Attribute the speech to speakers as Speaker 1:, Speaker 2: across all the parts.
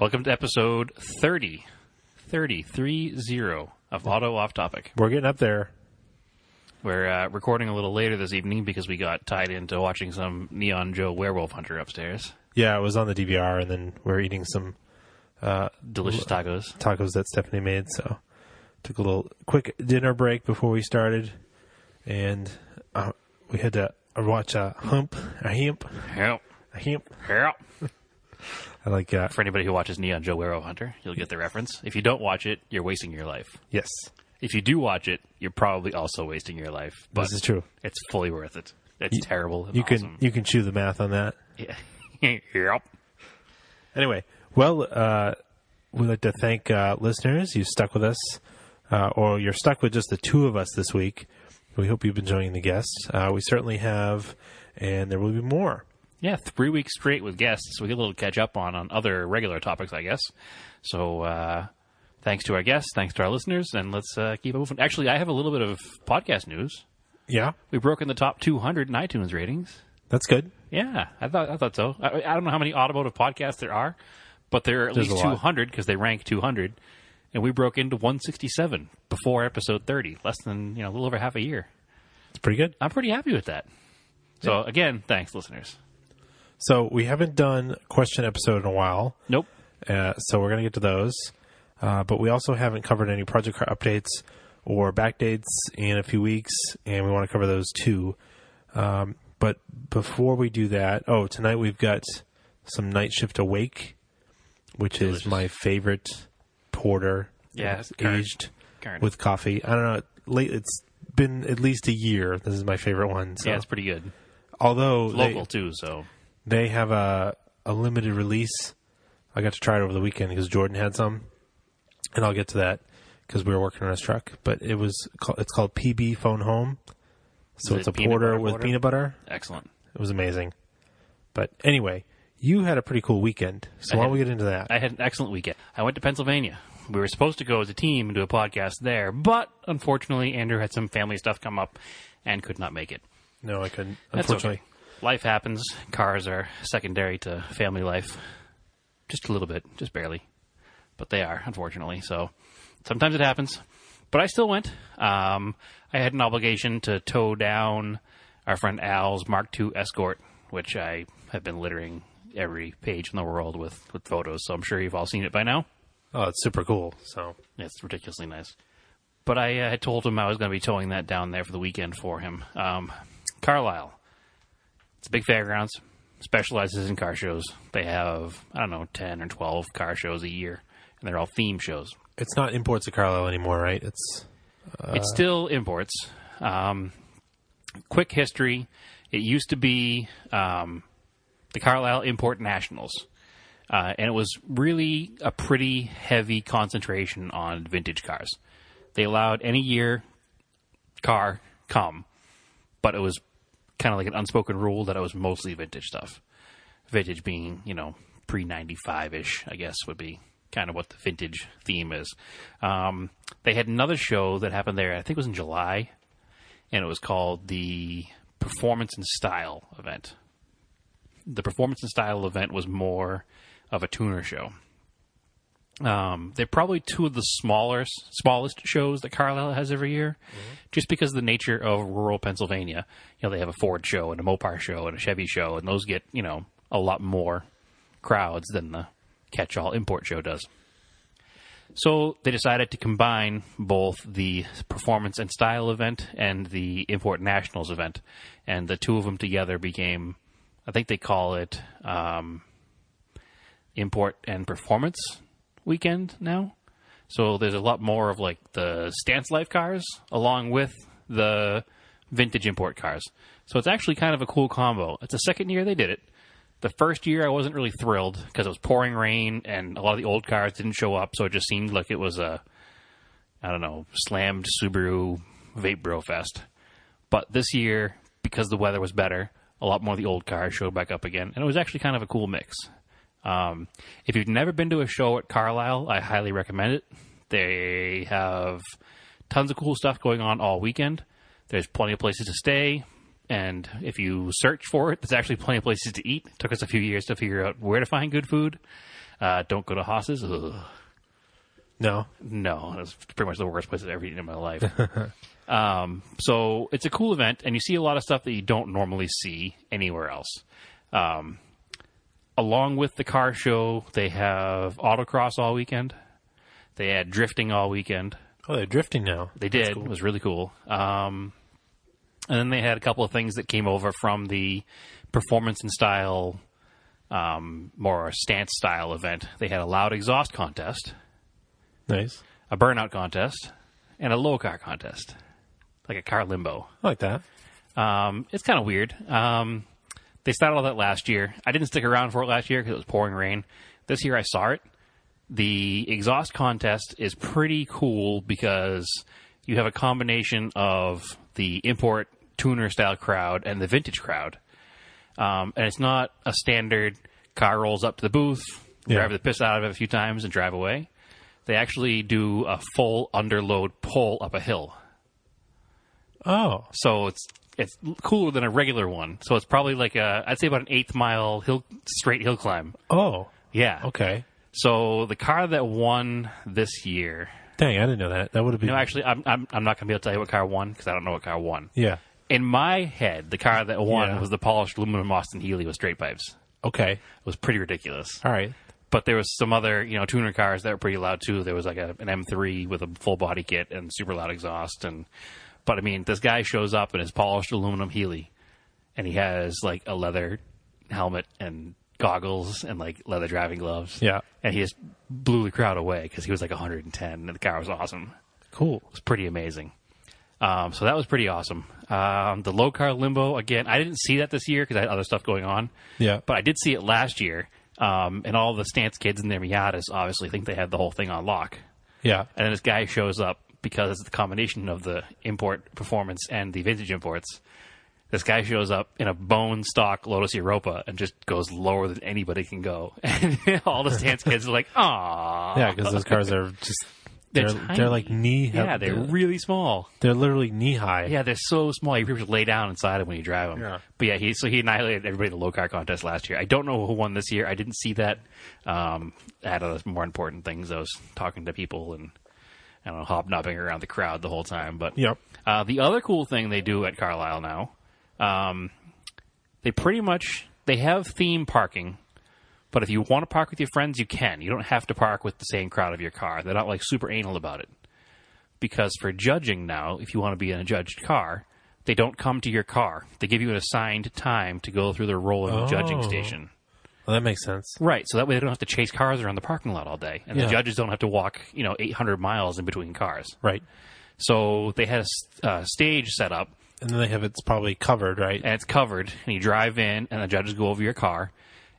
Speaker 1: Welcome to episode 30. 30, 30 of Auto Off Topic.
Speaker 2: We're getting up there.
Speaker 1: We're uh, recording a little later this evening because we got tied into watching some Neon Joe Werewolf Hunter upstairs.
Speaker 2: Yeah, it was on the DVR, and then we are eating some
Speaker 1: Delicious tacos.
Speaker 2: tacos that Stephanie made. So took a little quick dinner break before we started, and uh, we had to watch a hump, a hemp,
Speaker 1: Help.
Speaker 2: a hemp.
Speaker 1: Help.
Speaker 2: I like that.
Speaker 1: For anybody who watches Neon Joe Werewolf Hunter, you'll get the reference. If you don't watch it, you're wasting your life.
Speaker 2: Yes,
Speaker 1: If you do watch it, you're probably also wasting your life. But
Speaker 2: this is true.
Speaker 1: It's fully worth it. It's terrible. And
Speaker 2: You
Speaker 1: awesome.
Speaker 2: can you can chew the math on that.
Speaker 1: Yeah. Help.
Speaker 2: Anyway, well, uh, we'd like to thank uh, listeners. You stuck with us, uh, or you're stuck with just the two of us this week. We hope you've been enjoying the guests. Uh, we certainly have, and there will be more.
Speaker 1: Yeah, three weeks straight with guests. We get a little catch up on on other regular topics, I guess. So uh, thanks to our guests, thanks to our listeners, and let's uh, keep it moving. Actually, I have a little bit of podcast news.
Speaker 2: Yeah,
Speaker 1: We've broken the top 200 in iTunes ratings.
Speaker 2: that's good.
Speaker 1: Yeah, I thought I thought so. I, I don't know how many automotive podcasts there are, but there are at
Speaker 2: There's
Speaker 1: least
Speaker 2: a lot.
Speaker 1: 200 because they rank 200, and we broke into 167 before episode 30, less than you know a little over half a year.
Speaker 2: It's pretty good.
Speaker 1: I'm pretty happy with that. So again, thanks, listeners.
Speaker 2: So we haven't done question episode in a while,
Speaker 1: Nope.
Speaker 2: uh, so we're going to get to those. Uh, but we also haven't covered any project car updates or backdates in a few weeks, and we want to cover those too. Um, but before we do that, oh, tonight we've got some Night Shift Awake, which is
Speaker 1: Delicious.
Speaker 2: my favorite porter.
Speaker 1: Yeah, it's current.
Speaker 2: aged
Speaker 1: Current.
Speaker 2: with coffee. I don't know. Late, it's been at least a year. This is my favorite one. So.
Speaker 1: Yeah, it's pretty good.
Speaker 2: although they-
Speaker 1: Local too, so
Speaker 2: they have a a limited release. I got to try it over the weekend because Jordan had some, and I'll get to that because we were working on his truck. But it was called, it's called PB Phone Home, so
Speaker 1: Is
Speaker 2: it's
Speaker 1: it
Speaker 2: a
Speaker 1: peanut
Speaker 2: porter
Speaker 1: butter
Speaker 2: with
Speaker 1: water?
Speaker 2: peanut butter.
Speaker 1: excellent.
Speaker 2: It was amazing. But anyway, you had a pretty cool weekend, so why don't we get into that?
Speaker 1: I had an excellent weekend. I went to Pennsylvania. We were supposed to go as a team and do a podcast there, but unfortunately, Andrew had some family stuff come up and could not make it.
Speaker 2: no, I couldn't.
Speaker 1: That's
Speaker 2: Unfortunately,
Speaker 1: okay. Life happens. Cars are secondary to family life. Just a little bit, just barely. But they are, unfortunately. So sometimes it happens. But I still went. Um, I had an obligation to tow down our friend Al's Mark II Escort, which I have been littering every page in the world with, with photos. So I'm sure you've all seen it by now.
Speaker 2: oh, it's super cool. So
Speaker 1: It's ridiculously nice. But I uh, had told him I was going to be towing that down there for the weekend for him. Um, Carlisle. It's a big fairgrounds, specializes in car shows. They have, I don't know, 10 or 12 car shows a year, and they're all theme shows.
Speaker 2: it's not imports of Carlisle anymore, right? It's
Speaker 1: it still imports. Um, quick history: it used to be um, the Carlisle Import Nationals, uh, and it was really a pretty heavy concentration on vintage cars. They allowed any year car come, but it was kind of like an unspoken rule that it was mostly vintage stuff. Vintage being, you know, pre 95 ish, I guess, would be kind of what the vintage theme is. Um, they had another show that happened there, I think it was in July, and it was called the Performance and Style event. The Performance and Style event was more of a tuner show. Um, they're probably two of the smaller, smallest shows that Carlisle has every year, just because of the nature of rural Pennsylvania. You know, they have a Ford show and a Mopar show and a Chevy show, and those get you know a lot more crowds than the catch-all import show does. So they decided to combine both the performance and style event and the import nationals event, and the two of them together became, I think they call it um, import and performance weekend now. So there's a lot more of like the stance life cars along with the vintage import cars. So it's actually kind of a cool combo. It's the second year they did it. The first year I wasn't really thrilled because it was pouring rain and a lot of the old cars didn't show up, so it just seemed like it was a I don't know, slammed Subaru Vape Bro Fest. But this year, because the weather was better, a lot more of the old cars showed back up again, and it was actually kind of a cool mix. Um, if you've never been to a show at Carlisle, I highly recommend it. They have tons of cool stuff going on all weekend. There's plenty of places to stay, And if you search for it, there's actually plenty of places to eat. It took us a few years to figure out where to find good food. Uh, don't go to Haas's. Ugh.
Speaker 2: No.
Speaker 1: No, that's pretty much the worst place I've ever eaten in my life. um, so it's a cool event, and you see a lot of stuff that you don't normally see anywhere else. Um, along with the car show, they have autocross all weekend. They had drifting all weekend.
Speaker 2: Oh, they're drifting now.
Speaker 1: They did. It was really cool. Um, and then they had a couple of things that came over from the performance and style, um, more stance style event. They had a loud exhaust contest
Speaker 2: Nice.
Speaker 1: a burnout contest, and a low car contest, like a car limbo.
Speaker 2: I like that.
Speaker 1: Um, it's kind of weird. Um, they started all that last year. I didn't stick around for it last year because it was pouring rain. This year I saw it. The exhaust contest is pretty cool because you have a combination of the import tuner style crowd and the vintage crowd. Um, and it's not a standard car rolls up to the booth,
Speaker 2: Yeah.
Speaker 1: drive the piss out of it a few times, and drive away. They actually do a full underload pull up a hill.
Speaker 2: Oh,
Speaker 1: So it's it's cooler than a regular one. So it's probably like a I'd say about an eighth mile hill straight hill climb.
Speaker 2: oh,
Speaker 1: Yeah.
Speaker 2: okay.
Speaker 1: So the car that won this year.
Speaker 2: Dang, I didn't know that. That would have been
Speaker 1: No, actually, I'm I'm, I'm not going to be able to tell you what car won because I don't know what car won.
Speaker 2: yeah.
Speaker 1: In my head, the car that won
Speaker 2: Yeah.
Speaker 1: was the polished aluminum Austin Healey with straight pipes.
Speaker 2: Okay,
Speaker 1: It was pretty ridiculous.
Speaker 2: all right.
Speaker 1: But there was some other you know tuner cars that were pretty loud too. There was like a, an M3 with a full body kit and super loud exhaust and. But I mean, this guy shows up in his polished aluminum Healy, and he has like a leather helmet and goggles and like leather driving gloves.
Speaker 2: Yeah,
Speaker 1: and he just blew the crowd away because he was like 110 and the car was awesome it
Speaker 2: cool.
Speaker 1: was pretty amazing um, so that was pretty awesome um, the low car limbo again i didn't see that this year because i had other stuff going on
Speaker 2: Yeah,
Speaker 1: but i did see it last year um, and all the stance kids in their miatas obviously think they had the whole thing on lock
Speaker 2: yeah,
Speaker 1: and then this guy shows up because it's the combination of the import performance and the vintage imports this guy shows up in a bone stock Lotus Europa and just goes lower than anybody can go. And all the stance kids are like, "Aw,
Speaker 2: yeah. Because those cars are just they're they're,
Speaker 1: tiny.
Speaker 2: like knee.
Speaker 1: Yeah, they're really small.
Speaker 2: they're literally knee high.
Speaker 1: Yeah, they're so small. You pretty much lay down inside them when you drive them.
Speaker 2: Yeah.
Speaker 1: But yeah, he so he annihilated everybody in the low car contest last year. I don't know who won this year. I didn't see that. Um, I had other more important things. I was talking to people and I don't know hobnobbing around the crowd the whole time. But
Speaker 2: Yep.
Speaker 1: uh, the other cool thing they do at Carlisle now, um, they pretty much they have theme parking. But if you want to park with your friends, you can. You don't have to park with the same crowd of your car. They're not like super anal about it because for judging now, if you want to be in a judged car, they don't come to your car. They give you an assigned time to go through the rolling judging station.
Speaker 2: Well, that makes sense.
Speaker 1: Right. So that way they don't have to chase cars around the parking lot all day. And
Speaker 2: Yeah.
Speaker 1: the judges don't have to walk, you know, 800 miles in between cars.
Speaker 2: Right,
Speaker 1: So they had a s- uh, stage set up
Speaker 2: and then they have it's probably covered, right?
Speaker 1: and it's covered and you drive in and the judges go over your car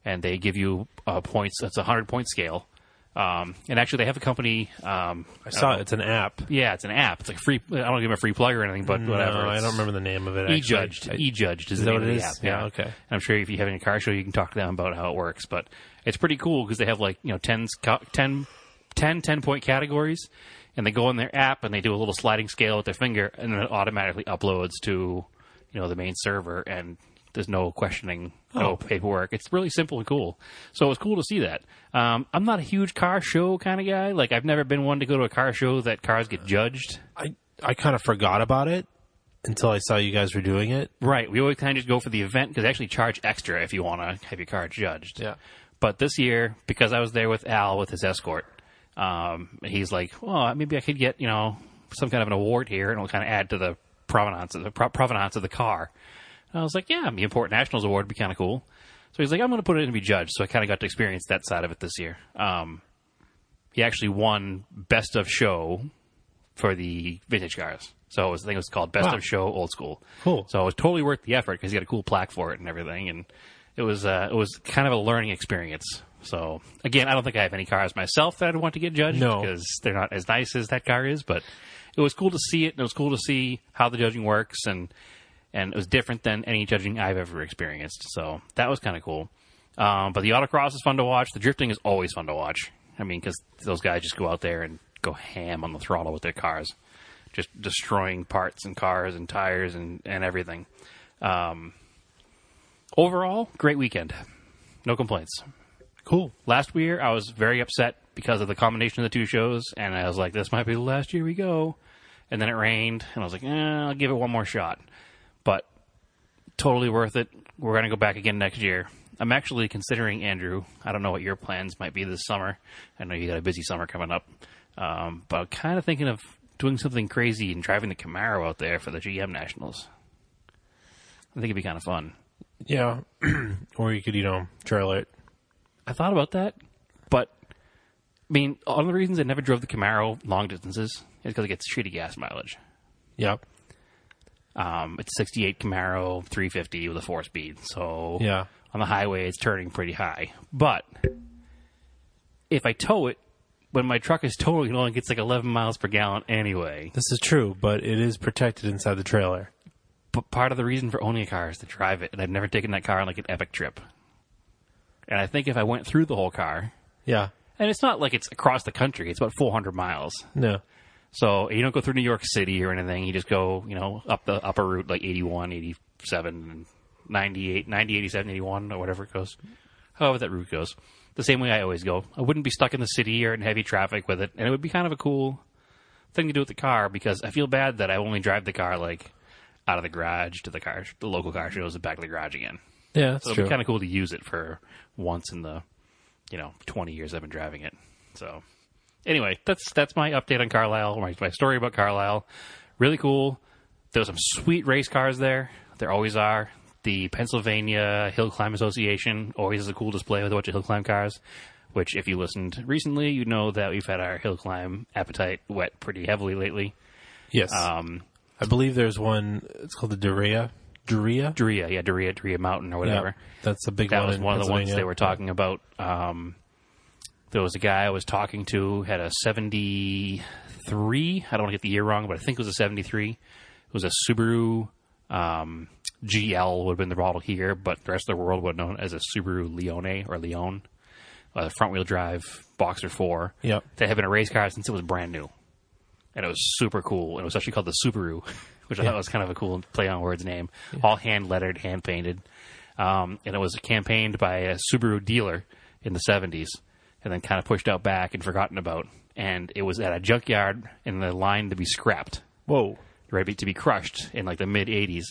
Speaker 1: and they give you uh, points. That's a 100 point scale. Um, and actually they have a company, um,
Speaker 2: I saw it. It's an app.
Speaker 1: yeah, it's an app. It's like free. I don't give them a free plug or anything, but whatever.
Speaker 2: No, I
Speaker 1: It's-
Speaker 2: don't remember the name of it. actually.
Speaker 1: E judged.
Speaker 2: I-
Speaker 1: E judged is,
Speaker 2: Is
Speaker 1: the
Speaker 2: that
Speaker 1: name
Speaker 2: what
Speaker 1: of
Speaker 2: it
Speaker 1: the
Speaker 2: is?
Speaker 1: app. Yeah.
Speaker 2: Yeah, okay.
Speaker 1: And I'm sure if you have any car show, you can talk to them about how it works. But it's pretty cool because they have like you know 10, 10, 10, 10 point categories, and they go on their app and they do a little sliding scale with their finger, and then it automatically uploads to you know the main server, and there's no questioning,
Speaker 2: Oh.
Speaker 1: no paperwork. It's really simple and cool. So it was cool to see that. Um, I'm not a huge car show kind of guy. Like I've never been one to go to a car show that cars get judged.
Speaker 2: I I kind of forgot about it until I saw you guys were doing it.
Speaker 1: Right. We always kind of just go for the event because they actually charge extra if you want to have your car judged.
Speaker 2: Yeah.
Speaker 1: But this year, because I was there with Al with his escort, um, he's like, well, maybe I could get, you know, some kind of an award here and it'll kind of add to the provenance of the, pro- provenance of the car. And I was like, yeah, the Import Nationals Award would be kind of cool. So he's like, I'm going to put it in to be judged. So I kind of got to experience that side of it this year. Um, he actually won Best of Show for the vintage cars. So it was, I think it was called Best
Speaker 2: Wow.
Speaker 1: of Show Old School.
Speaker 2: Cool.
Speaker 1: So it was totally worth the effort because he got a cool plaque for it and everything, and it was uh, it was kind of a learning experience. So again, I don't think I have any cars myself that I'd want to get judged
Speaker 2: No.
Speaker 1: because they're not as nice as that car is. But it was cool to see it, and it was cool to see how the judging works, and and it was different than any judging I've ever experienced. So that was kind of cool. Um, but the autocross is fun to watch. The drifting is always fun to watch. I mean, because those guys just go out there and go ham on the throttle with their cars, just destroying parts and cars and tires and, and everything. Um, Overall, great weekend. No complaints.
Speaker 2: Cool.
Speaker 1: Last year, I was very upset because of the combination of the two shows, and I was like, this might be the last year we go. And then it rained, and I was like, eh, I'll give it one more shot. But totally worth it. We're going to go back again next year. I'm actually considering Andrew. I don't know what your plans might be this summer. I know you got a busy summer coming up, um, but I'm kind of thinking of doing something crazy and driving the Camaro out there for the GM Nationals. I think it'd be kind of fun.
Speaker 2: Yeah. or you could, you know, trailer it.
Speaker 1: I thought about that, but I mean, one of the reasons I never drove the Camaro long distances is because it gets shitty gas mileage.
Speaker 2: Yep.
Speaker 1: Um, it's 68 Camaro 350 with a four speed, so
Speaker 2: Yeah.
Speaker 1: on the highway it's turning pretty high. But if I tow it, when my truck is towing, it only gets like 11 miles per gallon anyway.
Speaker 2: This is true, but it is protected inside the trailer.
Speaker 1: But part of the reason for owning a car is to drive it, and I've never taken that car on like an epic trip. And I think if I went through the whole car,
Speaker 2: Yeah.
Speaker 1: and it's not like it's across the country, it's about 400 miles.
Speaker 2: No.
Speaker 1: So you don't go through New York City or anything. You just go, you know, up the upper route, like 81, 87, 98, 90, 87, 81, or whatever it goes. However that route goes. The same way I always go. I wouldn't be stuck in the city or in heavy traffic with it. And it would be kind of a cool thing to do with the car because I feel bad that I only drive the car, like, out of the garage to the car, the local car shows and back to the garage again.
Speaker 2: Yeah, that's
Speaker 1: So it'd
Speaker 2: true.
Speaker 1: be kind of cool to use it for once in the, you know, 20 years I've been driving it. So anyway, that's that's my update on Carlisle, my, my story about Carlisle. Really cool. There was some sweet race cars there. There always are. The Pennsylvania Hill Climb Association always has a cool display with a bunch of hill climb cars. Which, if you listened recently, you know that we've had our hill climb appetite wet pretty heavily lately.
Speaker 2: yes.
Speaker 1: Um,
Speaker 2: I believe there's one. It's called the Dorea. Dorea.
Speaker 1: Doria, yeah, Doria, Doria Mountain or whatever.
Speaker 2: That's a big
Speaker 1: that
Speaker 2: one.
Speaker 1: was
Speaker 2: in
Speaker 1: one of the ones
Speaker 2: Pennsylvania.
Speaker 1: they were talking about. Um, there was a guy I was talking to had a '73. I don't want to get the year wrong, but I think it was a '73. It was a Subaru um, GL would have been the model here, but the rest of the world would have known it as a Subaru Leone or Leone, a front-wheel drive Boxer Four.
Speaker 2: Yep.
Speaker 1: that had been a race car since it was brand new, and it was super cool. And it was actually called the Subaru, which I thought was kind of a cool play on words name, all hand lettered, hand painted um, and it was campaigned by a Subaru dealer in the 70s and then kind of pushed out back and forgotten about. And it was at a junkyard in the line to be scrapped,
Speaker 2: Whoa.
Speaker 1: ready to be crushed in like the mid 80s.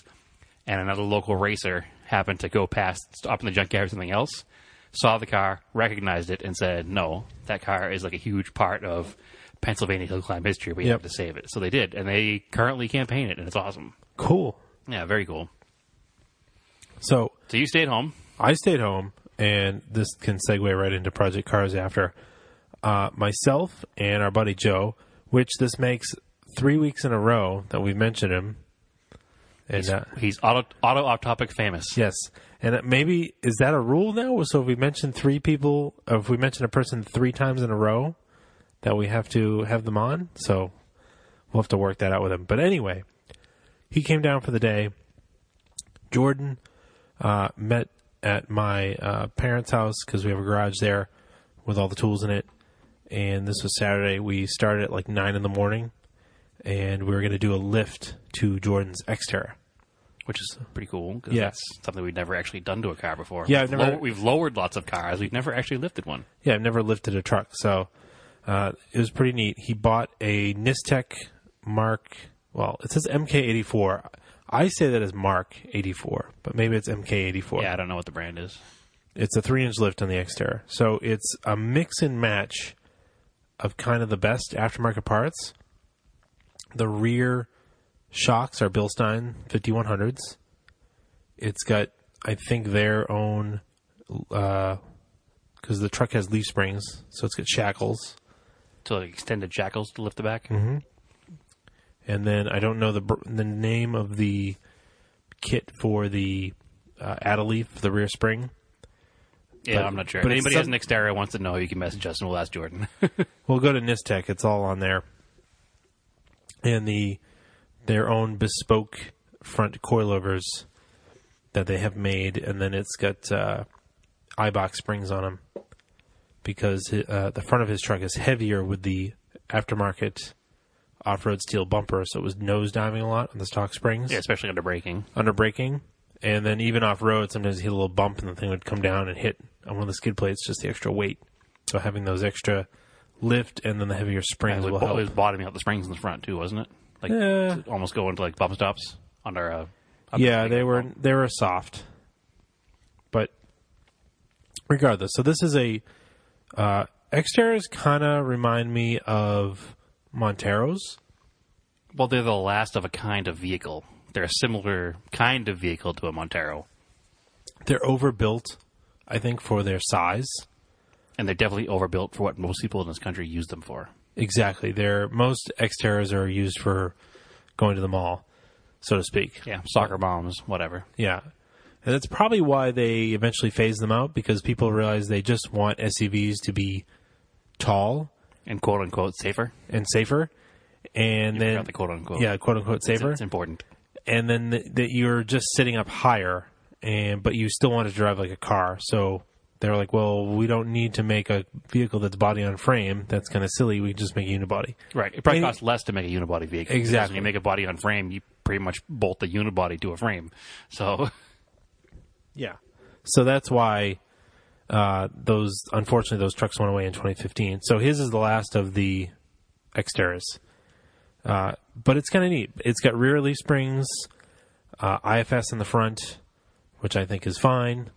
Speaker 1: And another local racer happened to go past, stop in the junkyard or something else, saw the car, recognized it, and said, No, that car is like a huge part of Pennsylvania hill climb history. We
Speaker 2: Yep.
Speaker 1: have to save it. So they did. And they currently campaign it, and it's awesome.
Speaker 2: Cool.
Speaker 1: Yeah, very cool.
Speaker 2: So
Speaker 1: So you stayed home.
Speaker 2: I stayed home, and this can segue right into Project Cars after. Uh, myself and our buddy Joe, which this makes three weeks in a row that we've mentioned him. And uh,
Speaker 1: He's auto auto off topic famous.
Speaker 2: yes, and that maybe is that a rule now? So if we mention three people, or if we mention a person three times in a row, that we have to have them on. So we'll have to work that out with him. But anyway, he came down for the day. Jordan uh, met at my uh, parents' house because we have a garage there with all the tools in it. And this was Saturday. We started at like nine in the morning, and we were going to do a lift to Jordan's Xterra.
Speaker 1: which is pretty cool. 'cause
Speaker 2: Yeah.
Speaker 1: that's something we've never actually done to a car before.
Speaker 2: Yeah, I've
Speaker 1: we've,
Speaker 2: never-
Speaker 1: low- we've lowered lots of cars. We've never actually lifted one.
Speaker 2: Yeah, I've never lifted a truck, so uh, it was pretty neat. He bought a Nistec Mark. Well, it says MK84. I say that as Mark 84, but maybe it's MK84.
Speaker 1: Yeah, I don't know what the brand is.
Speaker 2: It's a three inch lift on the Xterra. So it's a mix and match of kind of the best aftermarket parts. The rear shocks are Bilstein 5100s. It's got, I think, their own, because the truck has leaf springs, so it's got shackles.
Speaker 1: So like extended shackles to lift the back.
Speaker 2: And then I don't know the br- the name of the kit for the uh, Adelief, the rear spring.
Speaker 1: Yeah,
Speaker 2: But-
Speaker 1: I'm not sure.
Speaker 2: but
Speaker 1: But
Speaker 2: it's
Speaker 1: anybody has
Speaker 2: some-
Speaker 1: an Xterra who wants to know, you can message us and we'll ask Jordan.
Speaker 2: We'll go to Nistec. It's all on there. And the their own bespoke front coilovers that they have made, and then it's got uh, iBox springs on them because uh, the front of his truck is heavier with the aftermarket off-road steel bumper, so it was nose diving a lot on the stock springs
Speaker 1: yeah, especially under braking.
Speaker 2: under braking. And then even off road, sometimes you hit a little bump and the thing would come down and hit on one of the skid plates, just the extra weight. So having those extra lift and then the heavier
Speaker 1: It
Speaker 2: springs
Speaker 1: was,
Speaker 2: will
Speaker 1: bo- it was
Speaker 2: help.
Speaker 1: bottoming out the springs in the front too, wasn't it? Like
Speaker 2: Yeah.
Speaker 1: almost going to like bump stops under a. under
Speaker 2: Yeah,
Speaker 1: a-
Speaker 2: they were they were soft, but regardless. So this is a uh, Xterras kind of remind me of Monteros.
Speaker 1: Well, they're the last of a kind of vehicle. They're a similar kind of vehicle to a Montero,
Speaker 2: They're overbuilt, I think, for their size.
Speaker 1: and they're definitely overbuilt for what most people in this country use them for.
Speaker 2: Exactly. They're most Xterras are used for going to the mall, so to speak.
Speaker 1: Yeah, soccer bombs, whatever.
Speaker 2: Yeah. And that's probably why they eventually phase them out because people realize they just want SUVs to be tall
Speaker 1: And quote unquote safer.
Speaker 2: and safer. And then,
Speaker 1: Forgot the quote unquote.
Speaker 2: yeah, quote unquote
Speaker 1: it's,
Speaker 2: safer.
Speaker 1: it's important.
Speaker 2: and then th- that you're just sitting up higher, and but you still want to drive like a car. So they're like, well, we don't need to make a vehicle that's body on frame. That's kind of silly. We can just make a unibody.
Speaker 1: Right. It probably
Speaker 2: And-
Speaker 1: costs less to make a unibody vehicle. because
Speaker 2: Exactly.
Speaker 1: When you make a body on frame, you pretty much bolt the unibody to a frame. So
Speaker 2: Yeah. So that's why uh, those unfortunately those trucks went away in 2015. So his is the last of the Xterras. Uh, but it's kind of neat. It's got rear leaf springs, uh, IFS in the front, which I think is fine.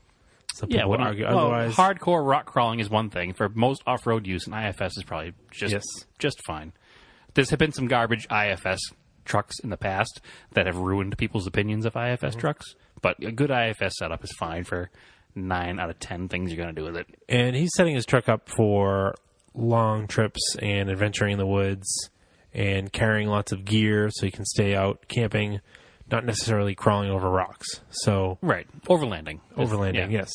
Speaker 2: Some
Speaker 1: yeah,
Speaker 2: people
Speaker 1: when
Speaker 2: argue
Speaker 1: well,
Speaker 2: otherwise.
Speaker 1: hardcore rock crawling is one thing. For most off-road use, and IFS is probably just
Speaker 2: Yes.
Speaker 1: just fine. There's been some garbage IFS trucks in the past that have ruined people's opinions of IFS
Speaker 2: Mm-hmm.
Speaker 1: trucks, but a good IFS setup is fine for nine out of ten things you're going to do with it.
Speaker 2: and he's setting his truck up for long trips and adventuring in the woods and carrying lots of gear so he can stay out camping, not necessarily crawling over rocks. So
Speaker 1: Right, overlanding, There's-
Speaker 2: overlanding,
Speaker 1: yeah,
Speaker 2: yes.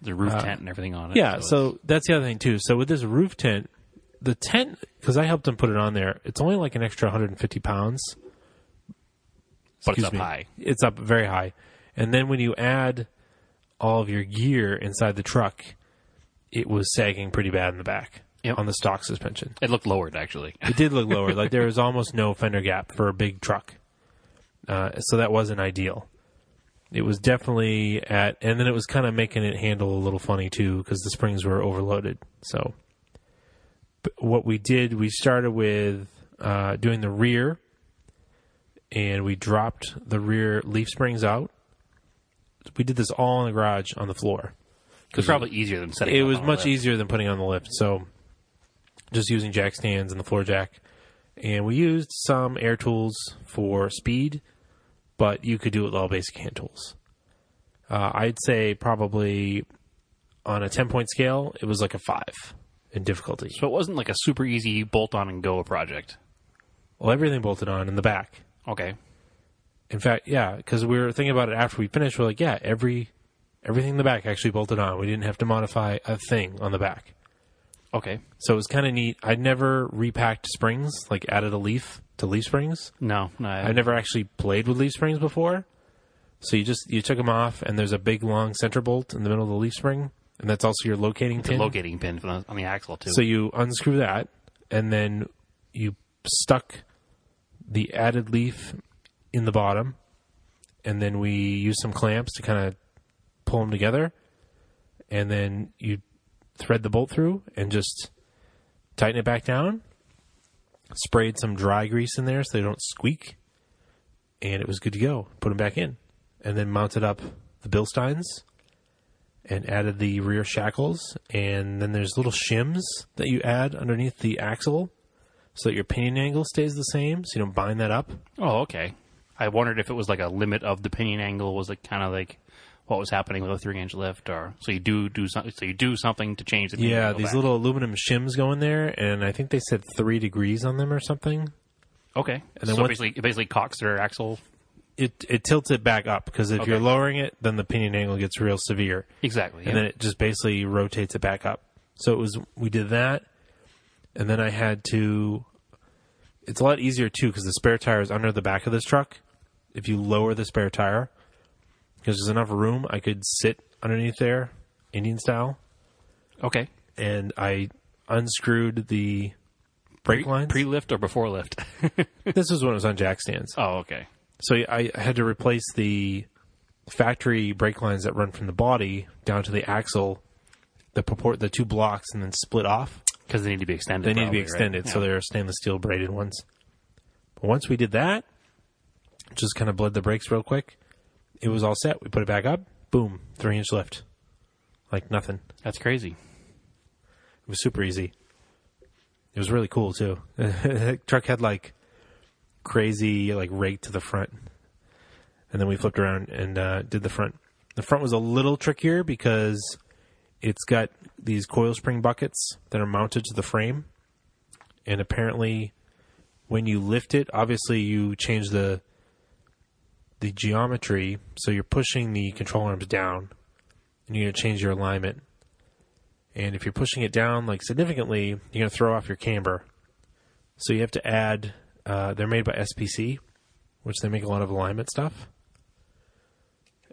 Speaker 1: the roof tent and everything on it.
Speaker 2: Yeah, so, that's the other thing too. So with this roof tent, the tent because I helped him put it on there. It's only like an extra 150 pounds.
Speaker 1: it's- but it's
Speaker 2: Excuse
Speaker 1: up
Speaker 2: me.
Speaker 1: high.
Speaker 2: It's up very high, and then when you add all of your gear inside the truck, it was sagging pretty bad in the back
Speaker 1: Yep.
Speaker 2: on the stock suspension.
Speaker 1: It looked lowered actually.
Speaker 2: It did look lower. like there was almost no fender gap for a big truck, uh, so that wasn't ideal. It was definitely at, and then it was kind of making it handle a little funny too because the springs were overloaded. So, but what we did, we started with uh, doing the rear, and we dropped the rear leaf springs out. We did this all in the garage on the floor.
Speaker 1: It was probably easier than setting.
Speaker 2: It
Speaker 1: up
Speaker 2: was
Speaker 1: on a
Speaker 2: much e-
Speaker 1: lift.
Speaker 2: easier than putting on the lift. So just using jack stands and the floor jack. And we used some air tools for speed, but you could do it with all basic hand tools. Uh, I'd say probably on a 10 point scale, it was like a five in difficulty.
Speaker 1: So it wasn't like a super easy bolt on and go project.
Speaker 2: Well, everything bolted on in the back.
Speaker 1: Okay.
Speaker 2: In fact, yeah, because we were thinking about it after we finished. We're like, yeah, every everything in the back actually bolted on. We didn't have to modify a thing on the back.
Speaker 1: Okay.
Speaker 2: So it was kind of neat. I'd never repacked springs, like added a leaf to leaf springs.
Speaker 1: No, no. I-
Speaker 2: I've never actually played with leaf springs before. So you just you took them off, and there's a big long center bolt in the middle of the leaf spring, and that's also your locating
Speaker 1: the
Speaker 2: pin.
Speaker 1: locating pin for the, on the axle too.
Speaker 2: so you unscrew that, and then you stuck the added leaf in the bottom, and then we used some clamps to kind of pull them together, and then you thread the bolt through and just tighten it back down. Sprayed some dry grease in there so they don't squeak, and it was good to go. Put them back in, and then mounted up the Bilsteins and added the rear shackles, and then there's little shims that you add underneath the axle so that your pinion angle stays the same, so you don't bind that up.
Speaker 1: oh, okay. I wondered if it was like a limit of the pinion angle was like kind of like what was happening with a three inch lift, or so you do do something. So you do something to change the. pinion
Speaker 2: Yeah,
Speaker 1: angle
Speaker 2: these
Speaker 1: back.
Speaker 2: little aluminum shims go in there, and I think they said three degrees on them or something.
Speaker 1: Okay.
Speaker 2: then
Speaker 1: so
Speaker 2: once-
Speaker 1: basically, it basically cocks their axle.
Speaker 2: It it tilts it back up because if you're lowering it, then the pinion angle gets real severe,
Speaker 1: Exactly.
Speaker 2: and then it just basically rotates it back up. So it was we did that, and then I had to. It's a lot easier too because the spare tire is under the back of this truck. If you lower the spare tire, because there's enough room, I could sit underneath there, Indian style,
Speaker 1: okay.
Speaker 2: and I unscrewed the brake lines.
Speaker 1: Pre lift or before lift?
Speaker 2: this was when it was on jack stands.
Speaker 1: oh, okay.
Speaker 2: So I I had to replace the factory brake lines that run from the body down to the axle that purport the two blocks and then split off.
Speaker 1: because they need to be extended.
Speaker 2: They need to
Speaker 1: probably,
Speaker 2: be
Speaker 1: right?
Speaker 2: extended,
Speaker 1: Yeah.
Speaker 2: so they're stainless steel braided ones. But once we did that, just kind of bled the brakes real quick. It was all set. We put it back up. Boom, three inch lift, like nothing.
Speaker 1: that's crazy.
Speaker 2: It was super easy. It was really cool too. the truck had like crazy like rake to the front, and then we flipped around and uh, did the front. The front was a little trickier because it's got these coil spring buckets that are mounted to the frame, and apparently, when you lift it, obviously you change the the geometry, so you're pushing the control arms down, and you're gonna change your alignment. And if you're pushing it down like significantly, you're going to throw off your camber. So you have to add. Uh, they're made by SPC, which they make a lot of alignment stuff.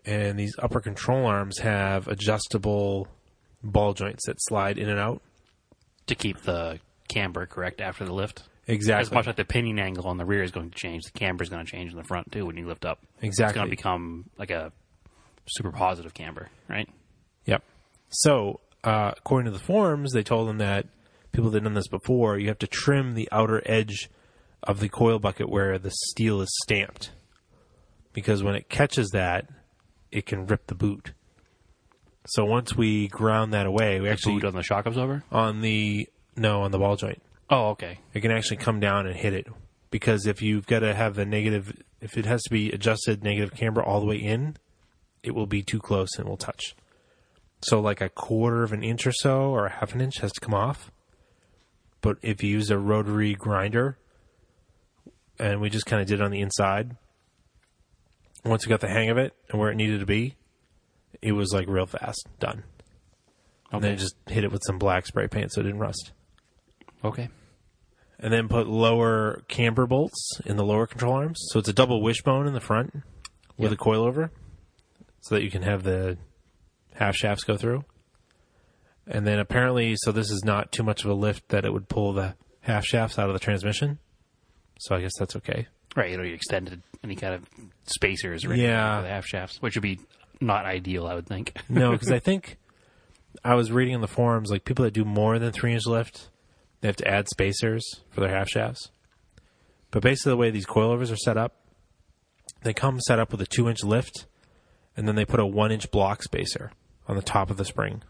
Speaker 2: And these upper control arms have adjustable ball joints that slide in and out.
Speaker 1: To keep the camber correct after the lift. As
Speaker 2: Exactly.
Speaker 1: much like the pinion angle on the rear is going to change, the camber is going to change in the front too when you lift up. It's going
Speaker 2: Exactly.
Speaker 1: to become like a super positive camber, right?
Speaker 2: Yep. So, uh, according to the forums, they told them that people that had done this before, you have to trim the outer edge of the coil bucket where the steel is stamped. Because when it catches that, it can rip the boot. So once we ground that away, we actually
Speaker 1: Boot on the shock absorber.
Speaker 2: on the no on the ball joint,
Speaker 1: Oh, okay.
Speaker 2: it can actually come down and hit it. Because if you've got to have the negative, if it has to be adjusted negative camber all the way in, it will be too close and will touch. So like a quarter of an inch or so, or a half an inch has to come off. But if you use a rotary grinder, and we just kind of did it on the inside, once we got the hang of it and where it needed to be, it was like real fast done. And then
Speaker 1: Okay.
Speaker 2: just hit it with some black spray paint so it didn't rust
Speaker 1: Okay.
Speaker 2: and then put lower camber bolts in the lower control arms. So it's a double wishbone in the front with a coilover so that you can have the half shafts go through. And then apparently, so this is not too much of a lift that it would pull the half shafts out of the transmission. So I guess that's okay.
Speaker 1: Right. It'll be extended any kind of spacers or anything
Speaker 2: Yeah.
Speaker 1: for the half shafts, which would be not ideal, I would think.
Speaker 2: No, because I think I was reading in the forums like people that do more than three inch lift, they have to add spacers for their half shafts. But basically, the way these coilovers are set up, they come set up with a two inch lift, and then they put a one inch block spacer on the top of the spring.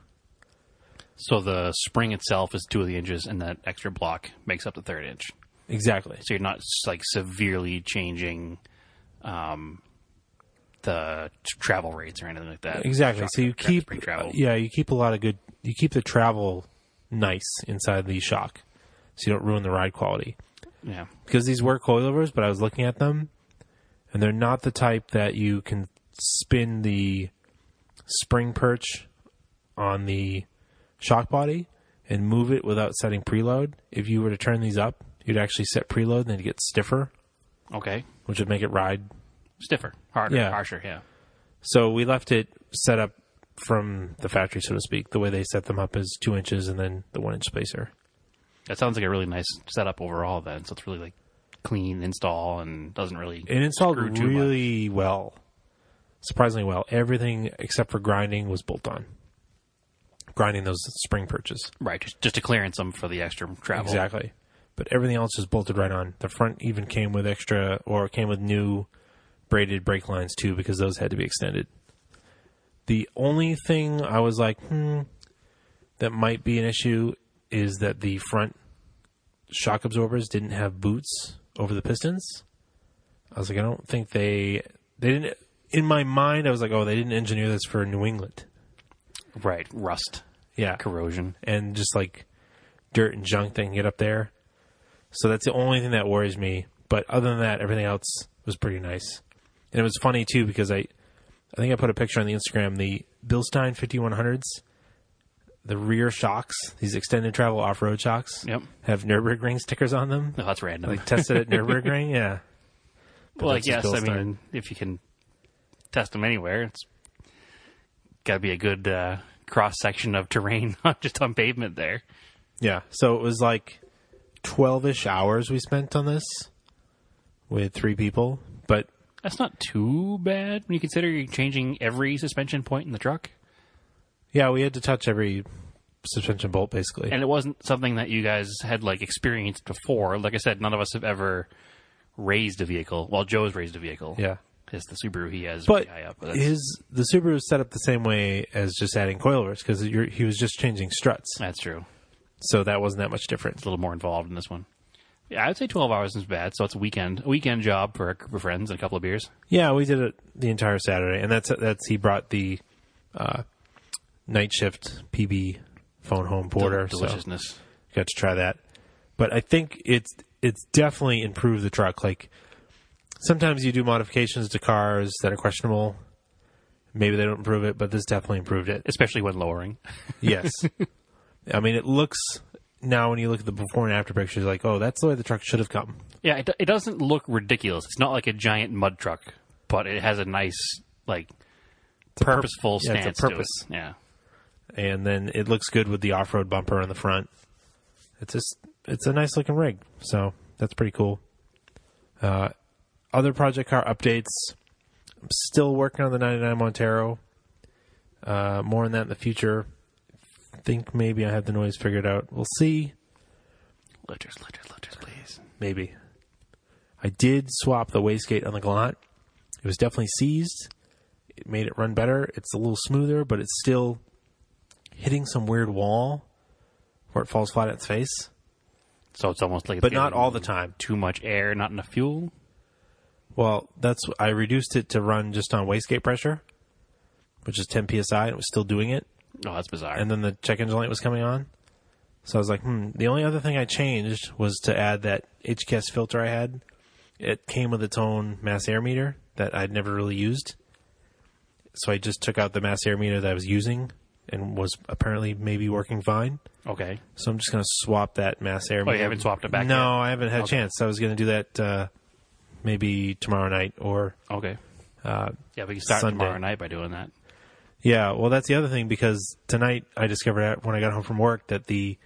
Speaker 1: so the spring itself is two of the inches, and that extra block makes up the third inch.
Speaker 2: Exactly.
Speaker 1: so you're not like severely changing um, the t- travel rates or anything like that.
Speaker 2: Exactly.
Speaker 1: Shock-
Speaker 2: So you
Speaker 1: tra-
Speaker 2: keep,
Speaker 1: spring travel.
Speaker 2: yeah, you keep a lot of good. You keep the travel nice inside the shock, so you don't ruin the ride quality.
Speaker 1: yeah,
Speaker 2: because these were coilovers, but I was looking at them, and they're not the type that you can spin the spring perch on the shock body and move it without setting preload. If you were to turn these up, you'd actually set preload, and then it gets stiffer,
Speaker 1: okay,
Speaker 2: which would make it ride.
Speaker 1: stiffer, harder,
Speaker 2: Yeah.
Speaker 1: harsher. Yeah,
Speaker 2: So we left it set up from the factory, so to speak. The way they set them up is two inches and then the one inch spacer.
Speaker 1: that sounds like a really nice setup overall. Then, so it's really like clean install and doesn't really
Speaker 2: It installed
Speaker 1: screw too much.
Speaker 2: really well. Surprisingly well. Everything except for grinding was bolt on. Grinding those spring perches.
Speaker 1: right. Just, just to clearance them for the extra travel.
Speaker 2: Exactly. But everything else is bolted right on. The front even came with extra or came with new braided brake lines too because those had to be extended. The only thing I was like, hmm, that might be an issue is that the front shock absorbers didn't have boots over the pistons. I was like, I don't think they they didn't in my mind I was like, oh, they didn't engineer this for New England.
Speaker 1: Right, rust,
Speaker 2: Yeah
Speaker 1: corrosion.
Speaker 2: and just like dirt and junk that can get up there. So that's the only thing that worries me. But other than that, everything else was pretty nice. And it was funny too because I, I think I put a picture on the Instagram. The Bilstein 5100s, the rear shocks, these extended travel off road shocks,
Speaker 1: Yep.
Speaker 2: have Nürburgring stickers on them.
Speaker 1: No, that's random.
Speaker 2: Like tested at Nürburgring, yeah.
Speaker 1: well, I
Speaker 2: that's just
Speaker 1: guess I
Speaker 2: Bilstein.
Speaker 1: mean if you can test them anywhere, it's got to be a good uh, cross section of terrain, not just on pavement there.
Speaker 2: Yeah. So it was like 12 ish hours we spent on this with three people, but
Speaker 1: That's not too bad when you consider you're changing every suspension point in the truck.
Speaker 2: Yeah, we had to touch every suspension bolt basically.
Speaker 1: And it wasn't something that you guys had like experienced before. Like I said, none of us have ever raised a vehicle. Well, Joe's raised a vehicle.
Speaker 2: yeah.
Speaker 1: It's the Subaru he has
Speaker 2: But
Speaker 1: high up. that's,
Speaker 2: his the Subaru is set up the same way as just adding coil rivers because he was just changing struts,
Speaker 1: that's true.
Speaker 2: so that wasn't that much different.
Speaker 1: It's a little more involved in this one. Yeah, I would say 12 hours is bad, so it's a weekend a weekend job for a group of friends and a couple of beers.
Speaker 2: Yeah, we did it the entire Saturday, and that's that's he brought the uh, night shift PB phone home porter, so
Speaker 1: Deliciousness.
Speaker 2: got to try that. But I think it's it's definitely improved the truck. Like sometimes you do modifications to cars that are questionable. Maybe they don't improve it, but this definitely improved it.
Speaker 1: Especially when lowering.
Speaker 2: Yes. I mean, it looks now when you look at the before and after pictures, like, oh, that's the way the truck should have come.
Speaker 1: Yeah, it, it doesn't look ridiculous. It's not like a giant mud truck, but it has a nice, like,
Speaker 2: purp-
Speaker 1: purposeful
Speaker 2: yeah, it's a
Speaker 1: stance. to it.
Speaker 2: purpose.
Speaker 1: Yeah.
Speaker 2: And then it looks good with the off road bumper on the front. It's just, it's a nice looking rig. So that's pretty cool. Uh, other project car updates. I'm still working on the 99 Montero. Uh, more on that in the future. Think maybe I have the noise figured out. We'll see.
Speaker 1: Lifters, lifters, lifters, please.
Speaker 2: Maybe. I did swap the wastegate on the Galant. It was definitely seized. It made it run better. It's a little smoother, but it's still hitting some weird wall where it falls flat on its face.
Speaker 1: So it's almost like it's
Speaker 2: But not
Speaker 1: getting
Speaker 2: all the time.
Speaker 1: too much air, not enough fuel.
Speaker 2: Well, that's I reduced it to run just on wastegate pressure, which is 10 psi, and it was still doing it.
Speaker 1: Oh, that's bizarre.
Speaker 2: And then the check engine light was coming on. So I was like, hmm. The only other thing I changed was to add that HKS filter I had. It came with its own mass air meter that I'd never really used. So I just took out the mass air meter that I was using and was apparently maybe working fine.
Speaker 1: okay.
Speaker 2: So I'm just going to swap that mass air.
Speaker 1: Oh, you haven't swapped it back
Speaker 2: No,
Speaker 1: yet?
Speaker 2: I haven't had a chance. I was going to do that uh, maybe tomorrow night or
Speaker 1: Okay. yeah, we can start
Speaker 2: Uh, Sunday.
Speaker 1: tomorrow night by doing that.
Speaker 2: Yeah, well, that's the other thing because tonight I discovered out when I got home from work that the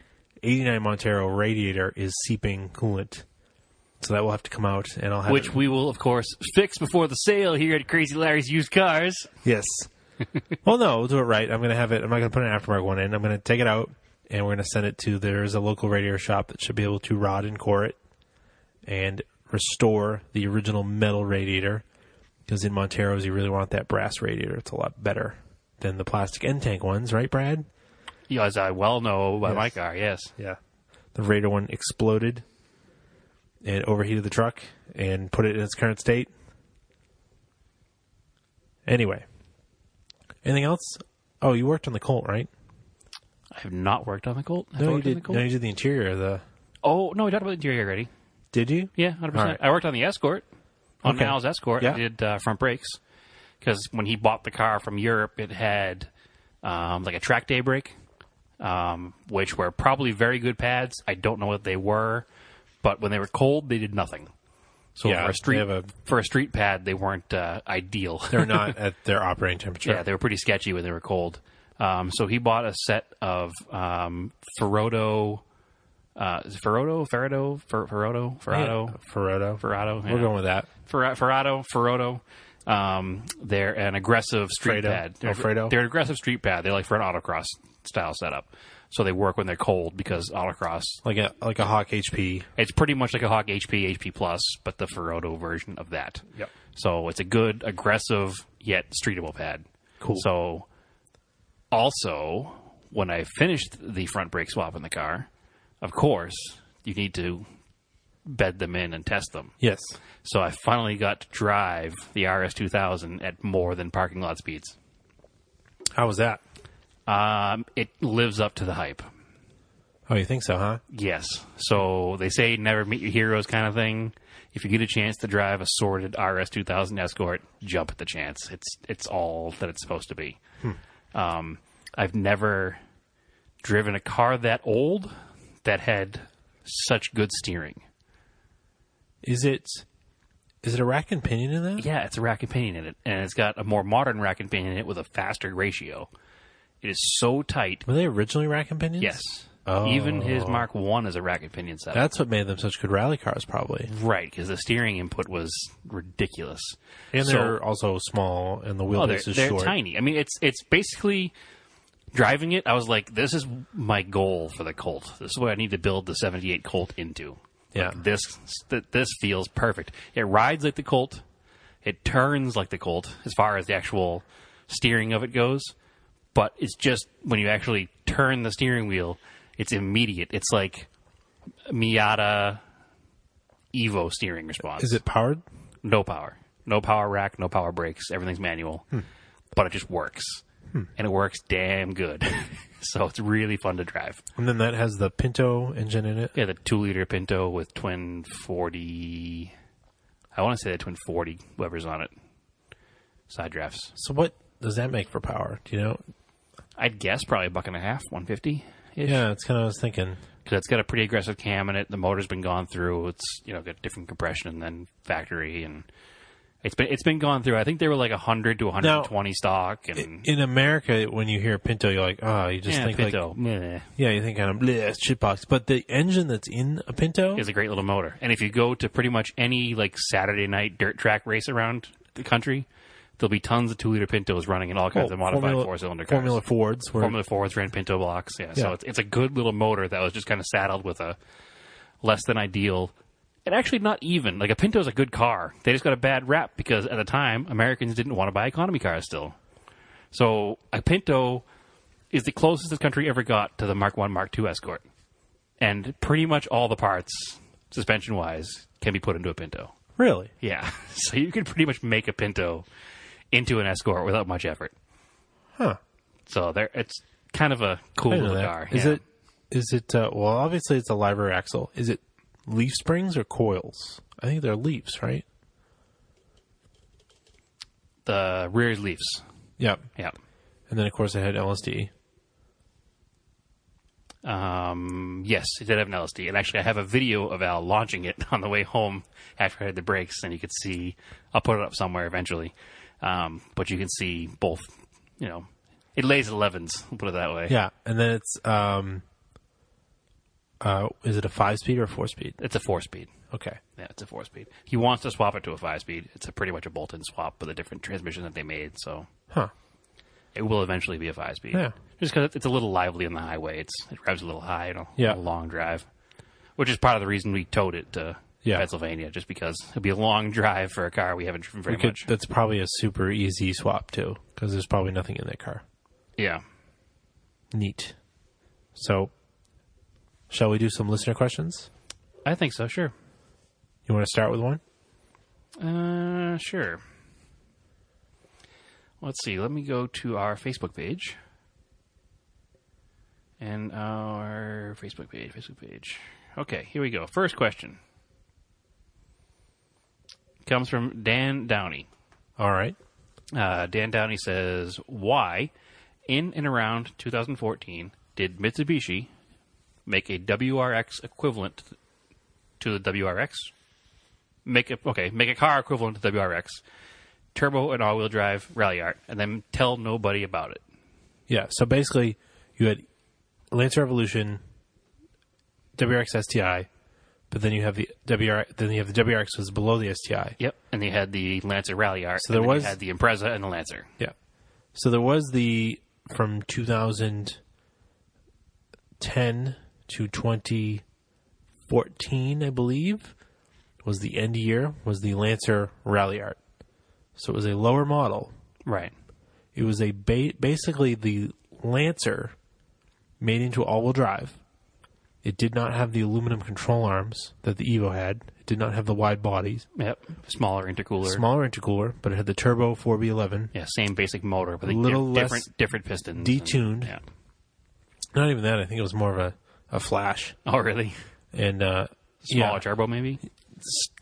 Speaker 2: 89 Montero radiator is seeping coolant, so that will have to come out, and I'll have
Speaker 1: Which
Speaker 2: it-
Speaker 1: we will, of course, fix before the sale here at Crazy Larry's Used Cars.
Speaker 2: yes. well, no, we'll do it right. I'm gonna have it. I'm not gonna put an aftermarket one in. I'm gonna take it out, and we're gonna send it to there's a local radiator shop that should be able to rod and core it, and restore the original metal radiator. Because in Monteros, you really want that brass radiator. It's a lot better than the plastic end tank ones, right, Brad?
Speaker 1: Yeah, as I well know by my
Speaker 2: Yes.
Speaker 1: car, yes.
Speaker 2: Yeah. The Raider one exploded and overheated the truck and put it in its current state. Anyway. Anything else? Oh, you worked on the Colt, right?
Speaker 1: I have not worked on the Colt. Have I
Speaker 2: No, you
Speaker 1: worked on the
Speaker 2: did.
Speaker 1: Colt?
Speaker 2: No, you did the interior. of The
Speaker 1: Oh, no, we talked about the interior already.
Speaker 2: did you?
Speaker 1: Yeah, 100%.
Speaker 2: All right.
Speaker 1: I worked on the Escort, on
Speaker 2: Okay.
Speaker 1: Mal's Escort.
Speaker 2: Yeah.
Speaker 1: I did uh, front brakes. Because when he bought the car from Europe, it had um, like a track day brake, um, which were probably very good pads. I don't know what they were, but when they were cold, they did nothing. So
Speaker 2: Yeah,
Speaker 1: for a
Speaker 2: they
Speaker 1: street
Speaker 2: have a-
Speaker 1: for a street pad, they weren't uh, ideal.
Speaker 2: They're not at their operating temperature.
Speaker 1: Yeah, they were pretty sketchy when they were cold. Um, so he bought a set of um, Ferodo, uh, is it Ferodo, Ferrado, Fer- Ferodo, Ferrado,
Speaker 2: Ferrado.
Speaker 1: Ferrado, yeah.
Speaker 2: We're going with that.
Speaker 1: Fer- Ferrado, Ferodo. Um, they're an aggressive street
Speaker 2: Fredo.
Speaker 1: pad. They're,
Speaker 2: Oh, Fredo.
Speaker 1: they're an aggressive street pad. They're like for an autocross style setup. So they work when they're cold because autocross.
Speaker 2: Like a like a Hawk HP.
Speaker 1: It's pretty much like a Hawk HP, HP Plus, but the Ferodo version of that.
Speaker 2: Yep.
Speaker 1: So it's a good, aggressive yet streetable pad.
Speaker 2: Cool.
Speaker 1: So also, when I finished the front brake swap in the car, of course you need to bed them in and test them.
Speaker 2: Yes.
Speaker 1: So I finally got to drive the RS2000 at more than parking lot speeds.
Speaker 2: How was that?
Speaker 1: Um, it lives up to the hype.
Speaker 2: Oh, you think so, huh?
Speaker 1: Yes. So they say never meet your heroes kind of thing. If you get a chance to drive a sorted RS2000 Escort, jump at the chance. It's it's all that it's supposed to be. Um, I've never driven a car that old that had such good steering.
Speaker 2: Is it is it a rack and pinion in that?
Speaker 1: Yeah, it's a rack and pinion in it, and it's got a more modern rack and pinion in it with a faster ratio. It is so tight.
Speaker 2: Were they originally rack and pinions?
Speaker 1: Yes, Even his
Speaker 2: Oh.
Speaker 1: Mark One is a rack and pinion setup.
Speaker 2: That's what made them such good rally cars, probably.
Speaker 1: Right, because the steering input was ridiculous.
Speaker 2: And
Speaker 1: So-
Speaker 2: they're also small, and the
Speaker 1: Oh, they're,
Speaker 2: wheelbase is
Speaker 1: they're
Speaker 2: short.
Speaker 1: tiny. I mean, it's it's basically driving it. I was like, this is my goal for the Colt. This is what I need to build the '78 Colt into.
Speaker 2: Yeah.
Speaker 1: Like, this th- this feels perfect. It rides like the Colt. It turns like the Colt as far as the actual steering of it goes. But it's just when you actually turn the steering wheel, it's immediate. It's like Miata Evo steering response
Speaker 2: Is it powered?
Speaker 1: no power, no power rack, no power brakes. Everything's manual,
Speaker 2: Hmm.
Speaker 1: but it just works, and it works damn good. so it's really fun to drive.
Speaker 2: And then that has the Pinto engine in it.
Speaker 1: Yeah, the two liter Pinto with twin forty. I want to say the twin forty whoever's on it. Side drafts.
Speaker 2: So what does that make for power? Do you know?
Speaker 1: I'd guess probably a buck and a half, one fifty.
Speaker 2: Yeah, it's kind of what I was thinking.
Speaker 1: because it's got a pretty aggressive cam in it. The motor's been gone through. It's you know got different compression than factory, and it's been it's been gone through. I think they were like hundred to one hundred and twenty stock, and
Speaker 2: In America, when you hear Pinto, you're like, oh, you just
Speaker 1: Mm-hmm. yeah,
Speaker 2: think like,
Speaker 1: Pinto meh,
Speaker 2: yeah, you think kind of bleh, it's shitbox. But the engine that's in a Pinto,
Speaker 1: is a great little motor. And if you go to pretty much any like Saturday night dirt track race around the country, there'll be tons of two liter Pintos running in all kinds of modified four cylinder cars.
Speaker 2: Oh, Formula Fords, where
Speaker 1: Formula Fords ran Pinto blocks. Yeah, so
Speaker 2: Yeah.
Speaker 1: it's it's a good little motor that was just kind of saddled with a less than ideal. And actually, not even like a Pinto's a good car. They just got a bad rap because at the time Americans didn't want to buy economy cars still. So a Pinto is the closest this country ever got to the Mark One, Mark Two Escort, and pretty much all the parts, suspension wise, can be put into a Pinto.
Speaker 2: really,
Speaker 1: Yeah, so you can pretty much make a Pinto into an Escort without much effort.
Speaker 2: huh?
Speaker 1: So there, it's kind of a
Speaker 2: I
Speaker 1: cool
Speaker 2: didn't know
Speaker 1: little
Speaker 2: that.
Speaker 1: car.
Speaker 2: Is
Speaker 1: yeah.
Speaker 2: it? Is it? Uh, well, obviously, it's a library axle. Is it leaf springs or coils? I think they're leaves, right?
Speaker 1: the rear's leaves?
Speaker 2: Yep.
Speaker 1: Yeah.
Speaker 2: And then, of course, it had LSD.
Speaker 1: Um, yes, it did have an LSD, and actually, I have a video of Al launching it on the way home after I had the brakes, and you could see. I'll put it up somewhere eventually, um, but you can see both. You know, it lays at elevens. We'll put it that way.
Speaker 2: Yeah, and then it's um, uh, is it a five speed or a four speed?
Speaker 1: It's a four speed.
Speaker 2: Okay,
Speaker 1: Yeah, it's a four speed. He wants to swap it to a five speed. It's a pretty much a bolt in swap with a different transmission that they made, so
Speaker 2: huh?
Speaker 1: it will eventually be a five speed.
Speaker 2: Yeah.
Speaker 1: Just because it's a little lively on the highway. It's it drives a little high on a,
Speaker 2: Yeah.
Speaker 1: on a long drive, which is part of the reason we towed it to
Speaker 2: Yeah.
Speaker 1: Pennsylvania, just because it'd be a long drive for a car we haven't driven very
Speaker 2: Could-
Speaker 1: much.
Speaker 2: that's probably a super easy swap too, because there's probably nothing in that car.
Speaker 1: yeah.
Speaker 2: Neat. So, shall we do some listener questions?
Speaker 1: I think so, sure.
Speaker 2: You want to start with one?
Speaker 1: Uh, sure. Let's see. Let me go to our Facebook page. And our Facebook page, Facebook page. Okay, here we go. First question comes from Dan Downey.
Speaker 2: All right.
Speaker 1: Uh, Dan Downey says, Why, in and around 2014, did Mitsubishi make a WRX equivalent to the WRX? Make a, okay, make a car equivalent to WRX, turbo and all wheel drive rally art, and then tell nobody about it.
Speaker 2: Yeah. So basically, you had Lancer Evolution, WRX STI, but then you have the WRX. Then you have the WRX was below the STI.
Speaker 1: Yep. And they had the Lancer rally art.
Speaker 2: So there
Speaker 1: and then
Speaker 2: was-
Speaker 1: they had the Impreza and the Lancer.
Speaker 2: Yeah. So there was the from 2010 to 2014, I believe, was the end year was the Lancer Rally Art. So it was a lower model.
Speaker 1: Right.
Speaker 2: It was a ba- basically the Lancer made into all-wheel drive. It did not have the aluminum control arms that the Evo had. It did not have the wide bodies,
Speaker 1: Yep. Smaller intercooler.
Speaker 2: smaller intercooler, but it had the turbo 4B11.
Speaker 1: yeah, same basic motor, but they
Speaker 2: Little
Speaker 1: diff-
Speaker 2: less
Speaker 1: different different pistons. and-
Speaker 2: Detuned.
Speaker 1: yeah.
Speaker 2: Not even that. I think it was more of a, a flash.
Speaker 1: Oh, really?
Speaker 2: and uh,
Speaker 1: Smaller
Speaker 2: yeah,
Speaker 1: turbo, maybe?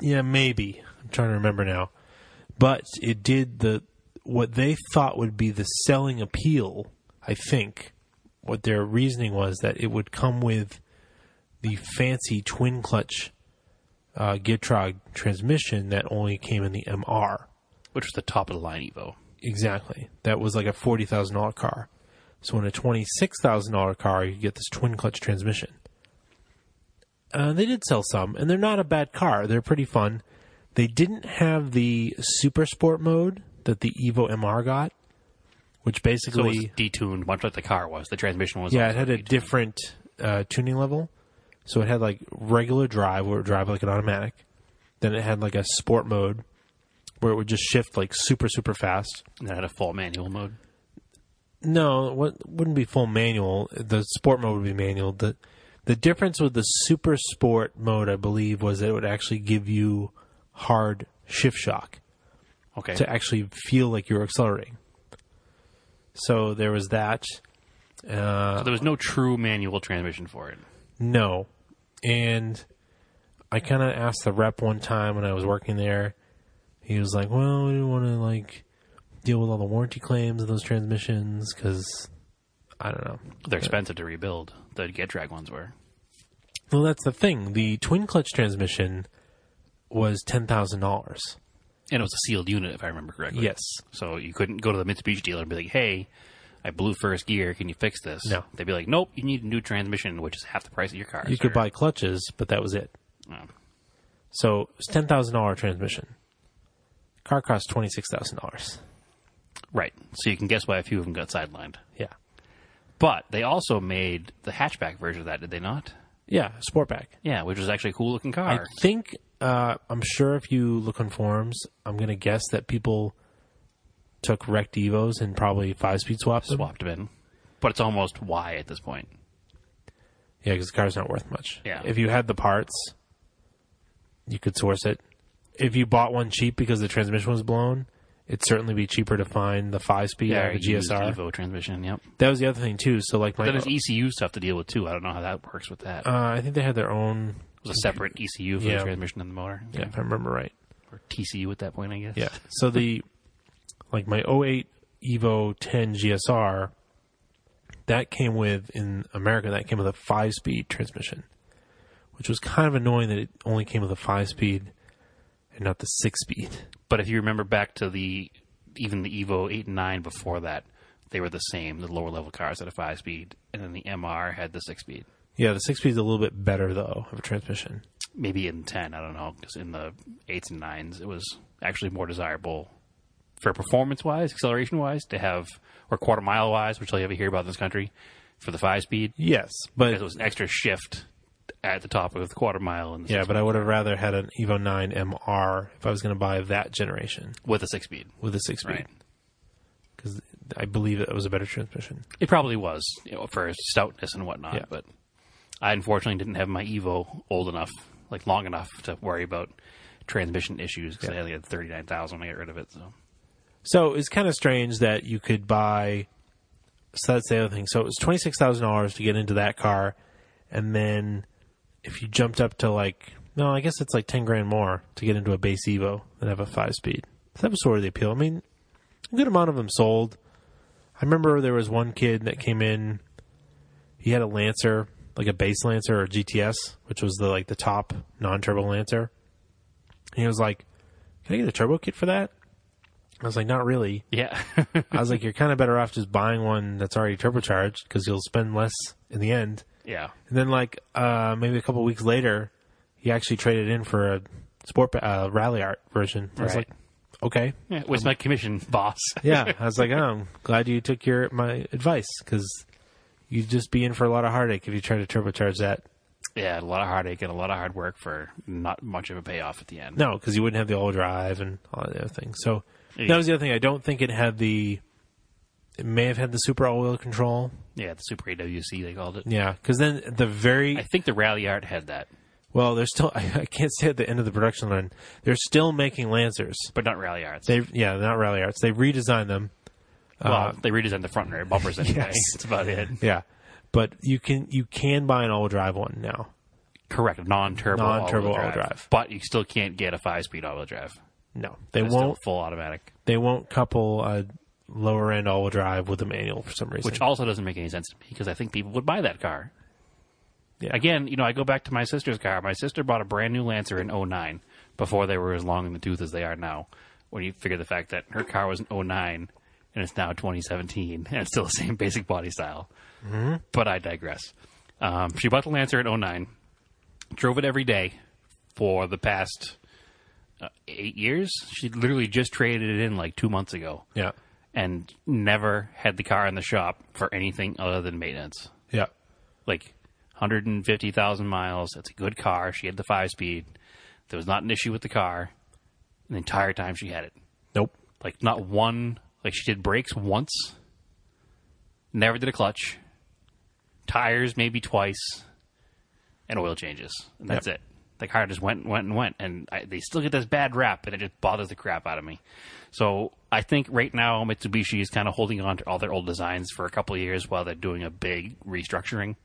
Speaker 2: yeah, maybe I'm trying to remember now, but it did the what they thought would be the selling appeal. I think what their reasoning was that it would come with the fancy twin clutch uh, Getrag transmission that only came in the MR.
Speaker 1: which was the top of the line Evo.
Speaker 2: Exactly, that was like a forty thousand dollar car. So in a $26,000 car, you get this twin clutch transmission. Uh, they did sell some, and they're not a bad car. They're pretty fun. They didn't have the super sport mode that the Evo MR got, which
Speaker 1: So it was
Speaker 2: basically
Speaker 1: detuned, much like the car was. The transmission was
Speaker 2: yeah, it
Speaker 1: also
Speaker 2: had a
Speaker 1: detuned.
Speaker 2: different uh, tuning level. So it had like regular drive where it would drive like an automatic. Then it had like a sport mode where it would just shift like super super fast.
Speaker 1: and it had a full manual mode.
Speaker 2: No, it wou- wouldn't be full manual. The sport mode would be manual. The the difference with the super sport mode, I believe, was that it would actually give you hard shift shock
Speaker 1: Okay,
Speaker 2: to actually feel like you were accelerating. So there was that.
Speaker 1: so there was no true manual transmission for it.
Speaker 2: No. And I kind of asked the rep one time when I was working there. He was like, "Well, we didn't want to like deal with all the warranty claims of those transmissions because I don't know."
Speaker 1: They're expensive to rebuild. The Get Drag ones were.
Speaker 2: Well, that's the thing. The twin clutch transmission was ten thousand dollars.
Speaker 1: And it was a sealed unit, if I remember correctly.
Speaker 2: Yes.
Speaker 1: So you couldn't go to the Mitsubishi dealer and be like, hey, I blew first gear. Can you fix this?
Speaker 2: No.
Speaker 1: They'd be like, nope, you need a new transmission, which is half the price of your car.
Speaker 2: You
Speaker 1: sir."
Speaker 2: could buy clutches, but that was it.
Speaker 1: Um,
Speaker 2: So it was ten thousand dollar transmission. Car cost twenty six thousand dollars.
Speaker 1: right. So you can guess why a few of them got sidelined.
Speaker 2: Yeah,
Speaker 1: But they also made the hatchback version of that, did they not?
Speaker 2: yeah, Sportback.
Speaker 1: Yeah, which was actually a cool looking
Speaker 2: I
Speaker 1: car.
Speaker 2: think uh, I'm sure if you look on forums, I'm gonna guess that people took wrecked Evos and probably five speed swaps. them.
Speaker 1: Swapped them in. But it's almost Y at this point.
Speaker 2: Yeah, because the car's not worth much.
Speaker 1: Yeah.
Speaker 2: If you had the parts, you could source it. If you bought one cheap because the transmission was blown, it'd certainly be cheaper to find the five speed or the
Speaker 1: used
Speaker 2: GSR.
Speaker 1: Evo e- transmission, yep.
Speaker 2: That was the other thing too. So like my,
Speaker 1: Then there's ECU stuff to deal with too. I don't know how that works with that.
Speaker 2: uh, I think they had their own.
Speaker 1: it was a separate ECU for
Speaker 2: yeah.
Speaker 1: the transmission and the motor.
Speaker 2: Yeah, if I remember right.
Speaker 1: Or TCU at that point, I guess.
Speaker 2: Yeah. So the like my 08 Evo 10 GSR that came with in America that came with a 5-speed transmission, which was kind of annoying that it only came with a 5-speed and not the 6-speed.
Speaker 1: But if you remember back to the even the Evo eight and nine before that, they were the same. The lower level cars had a five speed, and then the MR had the six speed.
Speaker 2: Yeah, the 6-speed is a little bit better though of a transmission.
Speaker 1: Maybe in ten, I don't know, because in the eights and nines, it was actually more desirable for performance wise, acceleration wise, to have or quarter mile wise, which you'll ever hear about in this country, for the five speed,
Speaker 2: Yes,
Speaker 1: because it
Speaker 2: but
Speaker 1: was an extra shift at the top of the quarter mile and the
Speaker 2: yeah,
Speaker 1: six-
Speaker 2: but I would have rather had an Evo 9 MR if I was going to buy that generation
Speaker 1: with a six speed.
Speaker 2: with a 6-speed.
Speaker 1: Right.
Speaker 2: Cuz I believe that was a better transmission.
Speaker 1: It probably was you know, for stoutness and whatnot,
Speaker 2: Yeah.
Speaker 1: but I unfortunately didn't have my Evo old enough, like long enough to worry about transmission issues because I only had thirty nine thousand when I got rid of it. So
Speaker 2: So it's kind of strange that you could buy. So that's the other thing. So it was twenty six thousand dollars to get into that car, and then if you jumped up to like no, I guess it's like ten grand more to get into a base Evo than have a five speed. So that was sort of the appeal. I mean, a good amount of them sold. I remember there was one kid that came in. He had a Lancer, like a base Lancer or GTS, which was the like the top non turbo Lancer. And he was like, "Can I get a turbo kit for that?" I was like, "Not really."
Speaker 1: yeah,
Speaker 2: I was like, you're kind of better off just buying one that's already turbocharged because you'll spend less in the end.
Speaker 1: yeah,
Speaker 2: And then, like, uh, maybe a couple weeks later, he actually traded in for a sport uh, rally art version. I was
Speaker 1: Right.
Speaker 2: like, okay,
Speaker 1: yeah. It was my commission boss.
Speaker 2: yeah. I was like, oh, I'm glad you took your my advice because you'd just be in for a lot of heartache if you try to turbocharge that.
Speaker 1: yeah, a lot of heartache and a lot of hard work for not much of a payoff at the end.
Speaker 2: No, because you wouldn't have the all drive and all the other things. So
Speaker 1: Yeah.
Speaker 2: that was the other thing. I don't think it had the. It may have had the super all wheel control.
Speaker 1: Yeah, the Super AWC they called it.
Speaker 2: Yeah, because then at the very
Speaker 1: I think the Rally Art had that,
Speaker 2: Well, they're still. I, I can't say at the end of the production line, they're still making Lancers.
Speaker 1: but not Rally Arts.
Speaker 2: They, uh, yeah, not rally arts. They redesigned them.
Speaker 1: well, they redesigned the front and rear bumpers anyway. That's about it.
Speaker 2: Yeah, but you can you can buy an all drive one now.
Speaker 1: Correct, non-turbo,
Speaker 2: Non-turbo
Speaker 1: all-wheel
Speaker 2: all-wheel
Speaker 1: drive.
Speaker 2: drive.
Speaker 1: But you still can't get a five-speed all-wheel drive.
Speaker 2: No, they
Speaker 1: It's
Speaker 2: won't.
Speaker 1: still full automatic,
Speaker 2: They won't couple a lower end all wheel drive with a manual for some reason.
Speaker 1: which also doesn't make any sense to me because I think people would buy that car.
Speaker 2: Yeah.
Speaker 1: Again, you know, I go back to my sister's car. My sister bought a brand new Lancer in 09 before they were as long in the tooth as they are now. When you figure the fact that her car was an 09 and it's now 2017, and it's still the same basic body style.
Speaker 2: Mm-hmm.
Speaker 1: But I digress. Um, she bought the Lancer in 09, drove it every day for the past uh, eight years. She literally just traded it in like two months ago
Speaker 2: Yeah.
Speaker 1: and never had the car in the shop for anything other than maintenance.
Speaker 2: Yeah.
Speaker 1: Like 150,000 miles. That's a good car. She had the five speed. There was not an issue with the car the entire time she had it.
Speaker 2: Nope.
Speaker 1: Like, not one. Like, she did brakes once, never did a clutch, tires maybe twice, and oil changes. And that's it. The car just went and went and went. And I, they still get this bad rap, and it just bothers the crap out of me. So I think right now Mitsubishi is kind of holding on to all their old designs for a couple of years while they're doing a big restructuring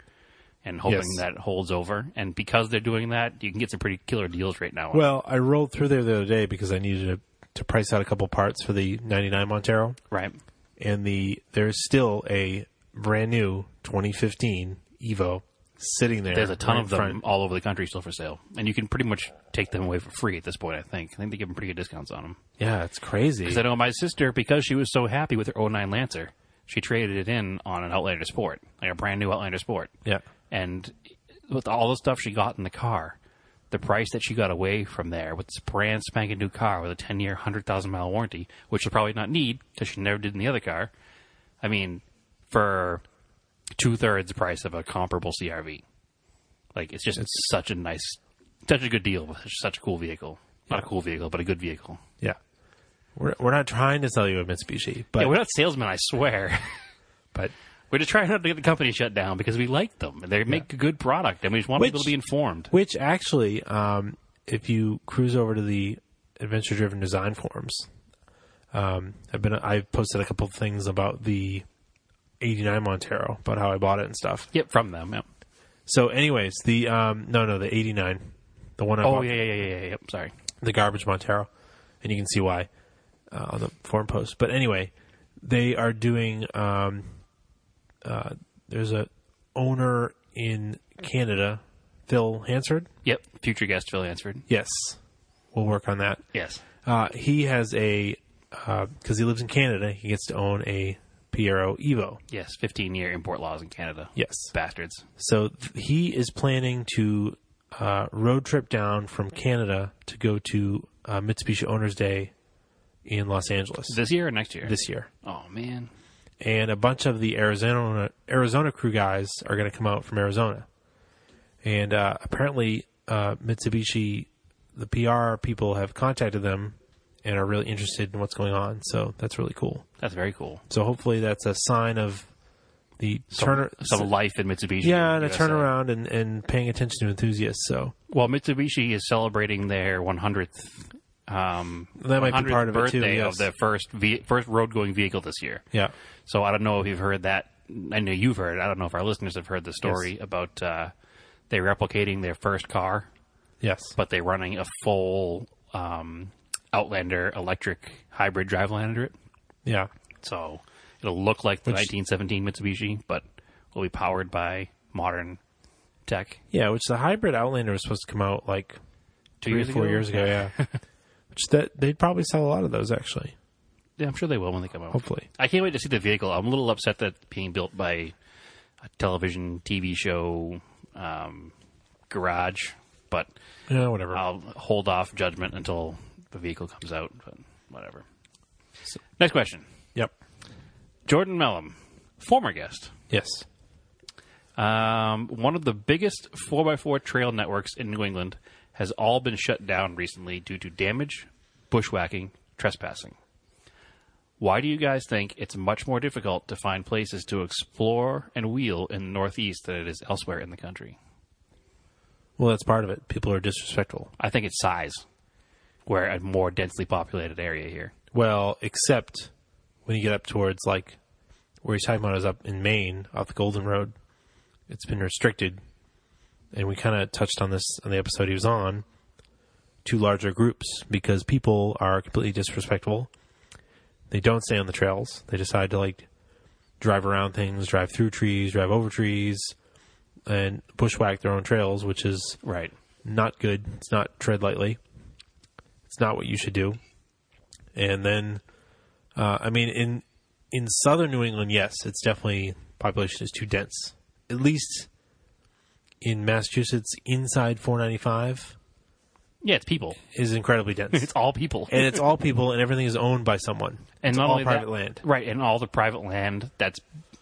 Speaker 1: and hoping
Speaker 2: Yes.
Speaker 1: that holds over. And because they're doing that, you can get some pretty killer deals right now.
Speaker 2: Well, I rolled through there the other day because I needed to, to price out a couple parts for the 99 Montero.
Speaker 1: right?
Speaker 2: and the there's still a brand new 2015 Evo sitting there.
Speaker 1: There's a ton
Speaker 2: right
Speaker 1: of
Speaker 2: in
Speaker 1: them
Speaker 2: front.
Speaker 1: all over the country still for sale, and you can pretty much take them away for free at this point. I think. I think they give them pretty good discounts on them.
Speaker 2: Yeah, it's crazy.
Speaker 1: Because I know "Oh, my sister, because she was so happy with her 09 Lancer, she traded it in on an Outlander Sport, like a brand new Outlander Sport.
Speaker 2: yeah,
Speaker 1: And with all the stuff she got in the car, the price that she got away from there with this brand spanking new car with a 10 year, 100,000 mile warranty, which she'll probably not need because she never did in the other car. I mean, for two thirds the price of a comparable CRV. Like, it's just such a nice, such a good deal with such a cool vehicle. Not a cool vehicle, but a good vehicle.
Speaker 2: yeah. We're we're not trying to sell you a Mitsubishi, but
Speaker 1: Yeah, we're not salesmen, I swear.
Speaker 2: but
Speaker 1: We're just trying not to get the company shut down because we like them. They make a good product, and we just want people
Speaker 2: Which-
Speaker 1: to be informed.
Speaker 2: which actually, um, if you cruise over to the adventure driven design forums, um, I've been I've posted a couple of things about the 89 Montero about how I bought it and stuff.
Speaker 1: Yep, from them. Yep.
Speaker 2: So, anyways, the um, no no the 89, the one I
Speaker 1: Oh
Speaker 2: bought
Speaker 1: yeah, yeah, yeah, yeah, yeah. Yep. Sorry.
Speaker 2: the garbage Montero, and you can see why uh, on the forum post. But anyway, they are doing. Um, uh, there's a owner in Canada, Phil Hansard.
Speaker 1: Yep. Future guest Phil Ansford.
Speaker 2: Yes, we'll work on that.
Speaker 1: Yes.
Speaker 2: Uh, he has a because he lives in Canada, he gets to own a Piero Evo.
Speaker 1: Yes. Fifteen year import laws in Canada.
Speaker 2: Yes,
Speaker 1: Bastards.
Speaker 2: so th- he is planning to uh, road trip down from Canada to go to uh, Mitsubishi Owners Day in Los Angeles
Speaker 1: This year or next year?
Speaker 2: this year.
Speaker 1: Oh man.
Speaker 2: and a bunch of the Arizona Arizona crew guys are going to come out from Arizona. And uh, apparently, uh, Mitsubishi, the PR people have contacted them and are really interested in what's going on. So that's really cool.
Speaker 1: That's very cool.
Speaker 2: So hopefully, that's a sign of the turn.
Speaker 1: Some life in Mitsubishi.
Speaker 2: yeah, and a
Speaker 1: USA.
Speaker 2: turnaround and, and paying attention to enthusiasts. So
Speaker 1: Well, Mitsubishi is celebrating their 100th. Um,
Speaker 2: That might be
Speaker 1: 100th
Speaker 2: part of it, too,
Speaker 1: birthday
Speaker 2: yes.
Speaker 1: of their first ve- first road going vehicle this year.
Speaker 2: yeah,
Speaker 1: So I don't know if you've heard that. I know you've heard. it. I don't know if our listeners have heard the story about uh, they're replicating their first car,
Speaker 2: yes,
Speaker 1: but they're running a full um, Outlander electric hybrid driveline under it.
Speaker 2: yeah,
Speaker 1: So it'll look like the 1917 Mitsubishi, but will be powered by modern tech.
Speaker 2: yeah. Which the hybrid Outlander was supposed to come out like
Speaker 1: Two
Speaker 2: three
Speaker 1: years
Speaker 2: or four
Speaker 1: ago?
Speaker 2: years ago. Yeah, which that they'd probably sell a lot of those actually.
Speaker 1: Yeah, I'm sure they will when they come out.
Speaker 2: Hopefully.
Speaker 1: I can't wait to see the vehicle. I'm a little upset that it's being built by a television TV show um, garage, but
Speaker 2: Yeah, whatever.
Speaker 1: I'll hold off judgment until the vehicle comes out, but whatever. Next question.
Speaker 2: yep.
Speaker 1: Jordan Mellum, former guest,
Speaker 2: Yes.
Speaker 1: um, one of the biggest 4x4 trail networks in New England, has all been shut down recently due to damage, bushwhacking, trespassing. Why do you guys think it's much more difficult to find places to explore and wheel in the Northeast than it is elsewhere in the country?
Speaker 2: Well, that's part of it. People are disrespectful.
Speaker 1: I think it's size. We're a more densely populated area here.
Speaker 2: Well, except when you get up towards like where he's talking about is up in Maine, off the Golden Road. It's been restricted, and we kind of touched on this on the episode he was on. To larger groups because people are completely disrespectful. They don't stay on the trails. They decide to like drive around things, drive through trees, drive over trees, and bushwhack their own trails, which is
Speaker 1: Right.
Speaker 2: not good. It's not tread lightly. It's not what you should do. And then, uh, I mean, in in southern New England, yes, it's definitely population is too dense. At least in Massachusetts, inside 495
Speaker 1: Yeah, it's people.
Speaker 2: is incredibly dense,
Speaker 1: It's all people.
Speaker 2: and it's all people, and everything is owned by someone.
Speaker 1: and
Speaker 2: it's
Speaker 1: not
Speaker 2: all
Speaker 1: only
Speaker 2: private
Speaker 1: that-
Speaker 2: land.
Speaker 1: right? And all the private land that's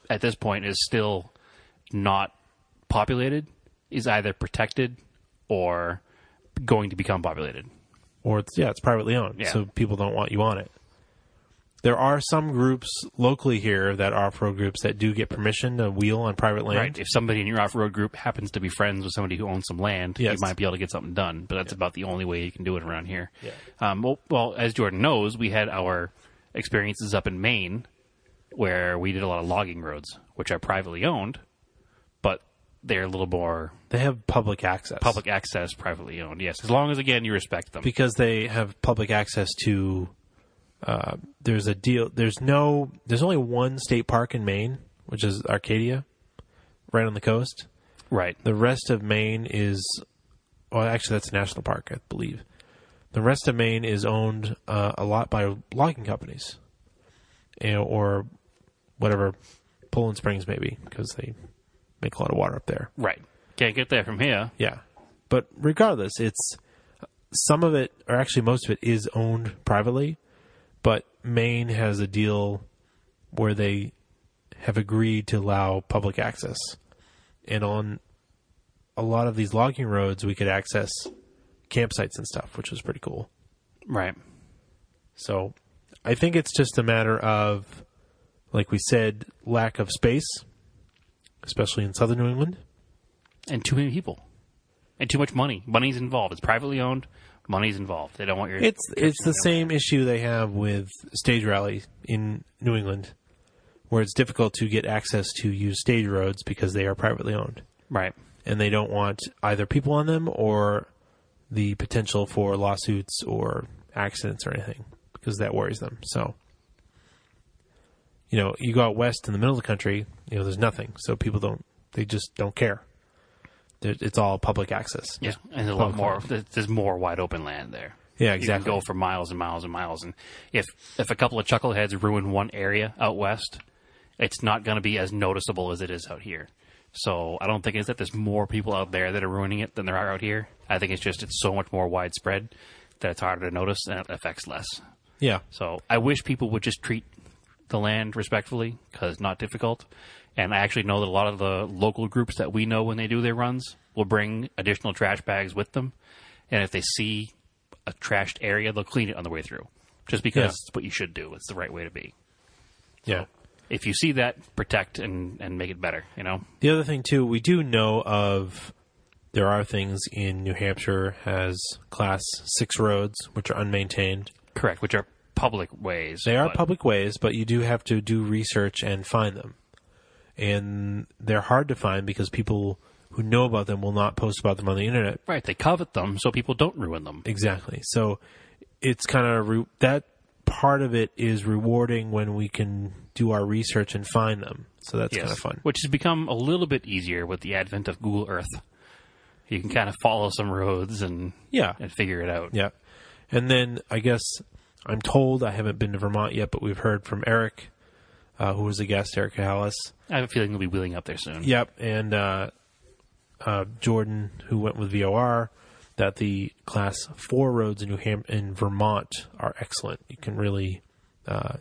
Speaker 1: at this point is still not populated is either protected or going to become populated.
Speaker 2: or it's yeah, it's privately owned,
Speaker 1: Yeah.
Speaker 2: so people don't want you on it. There are some groups locally here that are pro groups that do get permission to wheel on private land.
Speaker 1: Right. If somebody in your off-road group happens to be friends with somebody who owns some land, you
Speaker 2: Yes.
Speaker 1: might be able to get something done. But that's about the only way you can do it around here.
Speaker 2: Yeah.
Speaker 1: Um, well, well, as Jordan knows, we had our experiences up in Maine where we did a lot of logging roads, which are privately owned, but they're a little more
Speaker 2: They have public access,
Speaker 1: public access, privately owned. Yes, as long as again you respect them.
Speaker 2: because they have public access to. Uh, there's a deal. There's no. There's only one state park in Maine, which is Arcadia, right on the coast.
Speaker 1: right.
Speaker 2: The rest of Maine is, well, actually, that's a national park, I believe. The rest of Maine is owned uh, a lot by logging companies, you know, or whatever Poland Springs maybe, because they make a lot of water up there.
Speaker 1: Right. Can't get there from here.
Speaker 2: Yeah, but regardless, it's some of it, or actually most of it, is owned privately. But Maine has a deal where they have agreed to allow public access, and on a lot of these logging roads, we could access campsites and stuff, which was pretty cool.
Speaker 1: Right.
Speaker 2: So, I think it's just a matter of, like we said, lack of space, especially in southern New England.
Speaker 1: And too many people. And too much money. Money's involved. It's privately owned. Money's involved. They don't want your
Speaker 2: It's it's the same issue they have with stage rally in New England, where it's difficult to get access to use stage roads because they are privately owned,
Speaker 1: right.
Speaker 2: and they don't want either people on them or the potential for lawsuits or accidents or anything because that worries them. So, you know, you go out west in the middle of the country, you know, there's nothing, so people don't they just don't care. There- It's all public access.
Speaker 1: Yeah, and there's a lot
Speaker 2: public
Speaker 1: more. there's- There's more wide open land there.
Speaker 2: Yeah,
Speaker 1: You can
Speaker 2: exactly.
Speaker 1: go for miles and miles and miles. And if if a couple of chuckleheads ruin one area out west, it's not going to be as noticeable as it is out here. So I don't think it's that there's more people out there that are ruining it than there are out here. I think it's just it's so much more widespread that it's harder to notice and it affects less.
Speaker 2: Yeah.
Speaker 1: So I wish people would just treat the land respectfully because it's not difficult. And I actually know that a lot of the local groups that we know when they do their runs will bring additional trash bags with them. And if they see a trashed area, they'll clean it on the way through just because
Speaker 2: Yeah.
Speaker 1: it's what you should do. It's the right way to be.
Speaker 2: Yeah.
Speaker 1: If you see that, protect and, and make it better, you know?
Speaker 2: The other thing too, we do know of there are things in New Hampshire has class six roads which are unmaintained.
Speaker 1: Correct, which are public ways.
Speaker 2: They are
Speaker 1: but-
Speaker 2: public ways, but you do have to do research and find them. And they're hard to find because people who know about them will not post about them on the internet.
Speaker 1: Right, they covet them so people don't ruin them.
Speaker 2: Exactly. So it's kind of re- that part of it is rewarding when we can do our research and find them. So that's kind of fun.
Speaker 1: Which has become a little bit easier with the advent of Google Earth. You can kind of follow some roads and
Speaker 2: Yeah.
Speaker 1: and figure it out.
Speaker 2: Yeah. And then I guess I'm told I haven't been to Vermont yet, but we've heard from Eric, uh, who was a guest, Eric Hallis.
Speaker 1: I have a feeling they'll be wheeling up there soon.
Speaker 2: Yep. And uh, uh, Jordan, who went with VOR, that the class four roads in New Ham- in Vermont are excellent. You can really uh,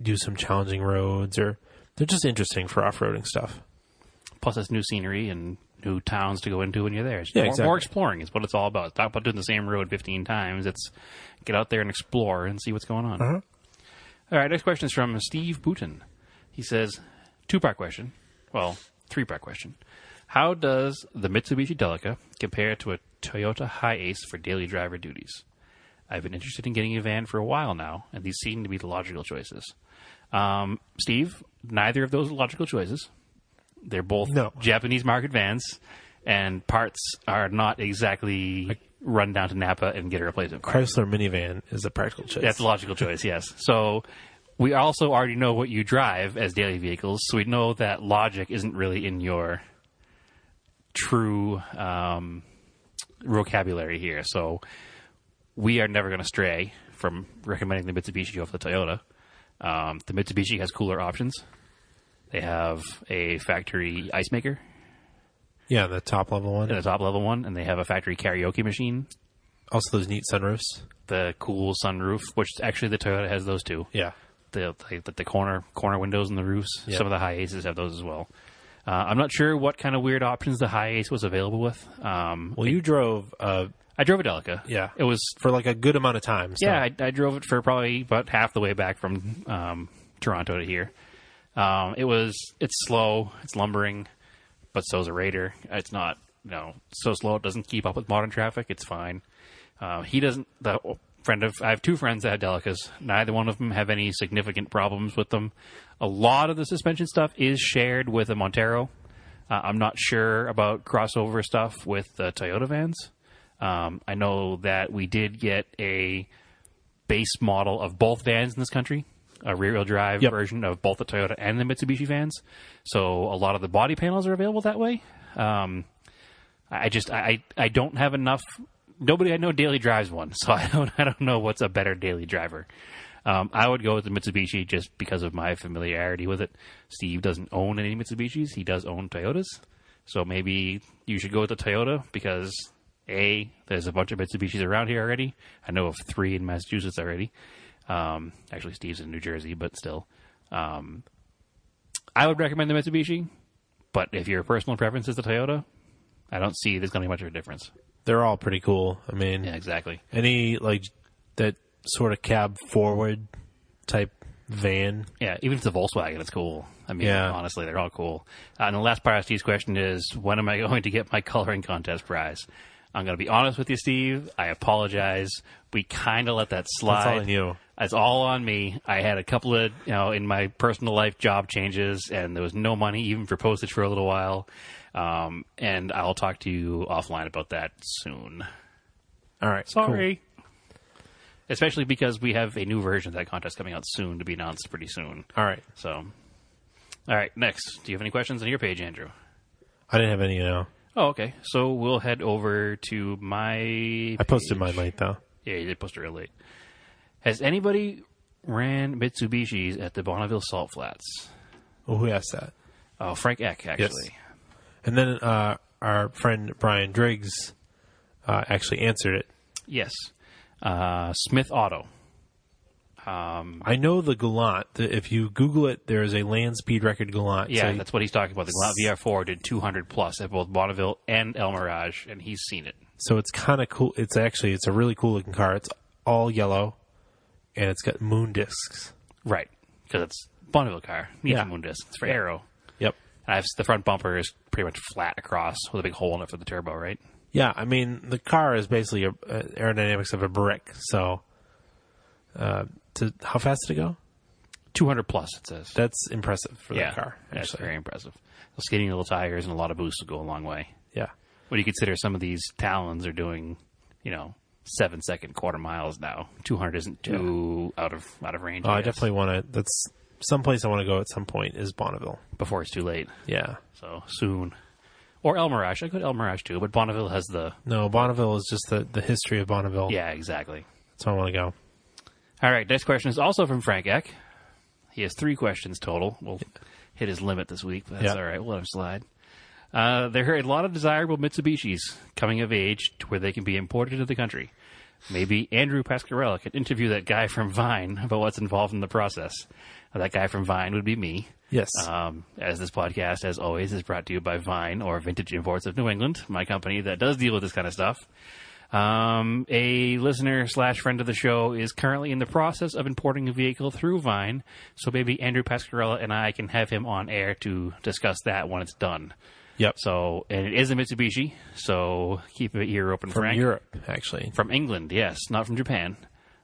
Speaker 2: do some challenging roads, or they're just interesting for off roading stuff.
Speaker 1: Plus, it's new scenery and new towns to go into when you're there. It's
Speaker 2: Yeah,
Speaker 1: more,
Speaker 2: exactly.
Speaker 1: more exploring is what it's all about. It's not about doing the same road 15 times. It's get out there and explore and see what's going on.
Speaker 2: Uh-huh.
Speaker 1: All right, next question is from Steve Bouton. He says, two part question. Well, three part question. How does the Mitsubishi Delica compare to a Toyota Hi Ace for daily driver duties? I've been interested in getting a van for a while now, and these seem to be the logical choices. Um, Steve, neither of those are logical choices. They're both
Speaker 2: No.
Speaker 1: Japanese market vans, and parts are not exactly run down to Napa and get a replacement. part.
Speaker 2: Chrysler minivan is a practical choice.
Speaker 1: That's a logical choice, yes. So we also already know what you drive as daily vehicles, so we know that logic isn't really in your true um, vocabulary here. So we are never going to stray from recommending the Mitsubishi over the Toyota. Um, the Mitsubishi has cooler options. They have a factory ice maker
Speaker 2: Yeah, the top level one.
Speaker 1: in the top level one, and they have a factory karaoke machine,
Speaker 2: Also, those neat sunroofs.
Speaker 1: the cool sunroof, which actually the Toyota has those too.
Speaker 2: Yeah.
Speaker 1: the the, the corner corner windows and the roofs.
Speaker 2: Yeah.
Speaker 1: Some of the high aces have those as well. Uh, I'm not sure what kind of weird options the high ace was available with. Um,
Speaker 2: Well, you drove uh,
Speaker 1: I drove a Delica.
Speaker 2: Yeah.
Speaker 1: it was.
Speaker 2: for like a good amount of time. so-
Speaker 1: Yeah, I, I drove it for probably about half the way back from um, Toronto to here. Um, it was it's slow, it's lumbering, but so's a Raider. It's not you know so slow it doesn't keep up with modern traffic. It's fine. Uh, he doesn't. The friend of I have two friends that have Delicas. Neither one of them have any significant problems with them. A lot of the suspension stuff is shared with a Montero. Uh, I'm not sure about crossover stuff with the Toyota vans. Um, I know that we did get a base model of both vans in this country, a rear wheel drive
Speaker 2: Yep.
Speaker 1: version of both the Toyota and the Mitsubishi vans. So a lot of the body panels are available that way. Um, I I just I I I don't have enough. Nobody I know daily drives one, so I don't I don't know what's a better daily driver. Um, I would go with the Mitsubishi just because of my familiarity with it. Steve doesn't own any Mitsubishis; he does own Toyotas, so maybe you should go with the Toyota because a there's a bunch of Mitsubishis around here already. I know of three in Massachusetts already. Um, actually, Steve's in New Jersey, but still, um, I would recommend the Mitsubishi. But if your personal preference is the Toyota, I don't see there's going to be much of a difference.
Speaker 2: They're all pretty cool. I mean,
Speaker 1: Yeah, exactly.
Speaker 2: any like that sort of cab forward type van.
Speaker 1: Yeah, even if it's a Volkswagen, it's cool. I mean,
Speaker 2: Yeah.
Speaker 1: honestly, they're all cool. Uh, and the last part of Steve's question is, when am I going to get my coloring contest prize? I'm going to be honest with you, Steve. I apologize. We kind of let that slide.
Speaker 2: That's all on you.
Speaker 1: It's all on me. I had a couple of, you know, in my personal life job changes, and there was no money even for postage for a little while. Um, and I'll talk to you offline about that soon.
Speaker 2: All right.
Speaker 1: Sorry. Especially because we have a new version of that contest coming out soon to be announced pretty soon.
Speaker 2: Cool. All right.
Speaker 1: So, all right, next. Do you have any questions on your page, Andrew?
Speaker 2: I didn't have any now.
Speaker 1: Oh, okay. So we'll head over to my.
Speaker 2: I posted mine late though.
Speaker 1: Yeah, you did post it real late. Has anybody ran Mitsubishis at the Bonneville Salt Flats?
Speaker 2: Well, who asked that?
Speaker 1: Oh, Frank Eck, actually.
Speaker 2: And then uh, our friend Brian Driggs uh, actually answered it.
Speaker 1: Yes. Uh, Smith Auto.
Speaker 2: I know the Gallant. The, if you Google it, there is a land speed record Gallant.
Speaker 1: Yeah,
Speaker 2: So
Speaker 1: that's what he's talking about. The Gallant VR4 did 200 plus at both Bonneville and El Mirage, and he's seen it.
Speaker 2: So it's kind of cool. It's actually it's a really cool looking car. It's all yellow, and it's got moon discs.
Speaker 1: Right, because it's Bonneville car. Needs
Speaker 2: Yeah.
Speaker 1: a moon disc. It's for aero.
Speaker 2: Yep.
Speaker 1: And I've, the front bumper is pretty much flat across with a big hole in it for the turbo. Right.
Speaker 2: Yeah, I mean the car is basically a, a aerodynamics of a brick. So, uh, to how fast did it go?
Speaker 1: 200 plus, it says.
Speaker 2: That's impressive for
Speaker 1: yeah,
Speaker 2: that car.
Speaker 1: that's
Speaker 2: Actually,
Speaker 1: very impressive. Those skinny little tires and a lot of boost will go a long way.
Speaker 2: yeah.
Speaker 1: When you consider some of these Talons are doing, you know, seven second quarter miles now, 200 isn't too out of out of range.
Speaker 2: Oh, I
Speaker 1: guess,
Speaker 2: definitely want to. That's someplace I want to go at some point is Bonneville.
Speaker 1: before it's too late.
Speaker 2: Yeah.
Speaker 1: So soon, or El Mirage. I could El Mirage too, but Bonneville has the
Speaker 2: No, Bonneville is just the the history of Bonneville.
Speaker 1: yeah exactly.
Speaker 2: That's where I want to go.
Speaker 1: All right, next question is also from Frank Eck. He has three questions total. We'll hit his limit this week, but that's
Speaker 2: Yeah.
Speaker 1: all right. We'll let him slide. Uh, there are a lot of desirable Mitsubishis coming of age to where they can be imported into the country. Maybe Andrew Pasquarella could interview that guy from Vine about what's involved in the process. Now, that guy from Vine would be me.
Speaker 2: Yes.
Speaker 1: Um, as this podcast, as always, is brought to you by Vine or Vintage Imports of New England, my company that does deal with this kind of stuff. Um, a listener slash friend of the show is currently in the process of importing a vehicle through Vine, so maybe Andrew Pascarella and I can have him on air to discuss that when it's done.
Speaker 2: yep.
Speaker 1: So, and it is a Mitsubishi, so keep your ear open,
Speaker 2: from
Speaker 1: Frank.
Speaker 2: Europe, actually.
Speaker 1: From England, yes, not from Japan.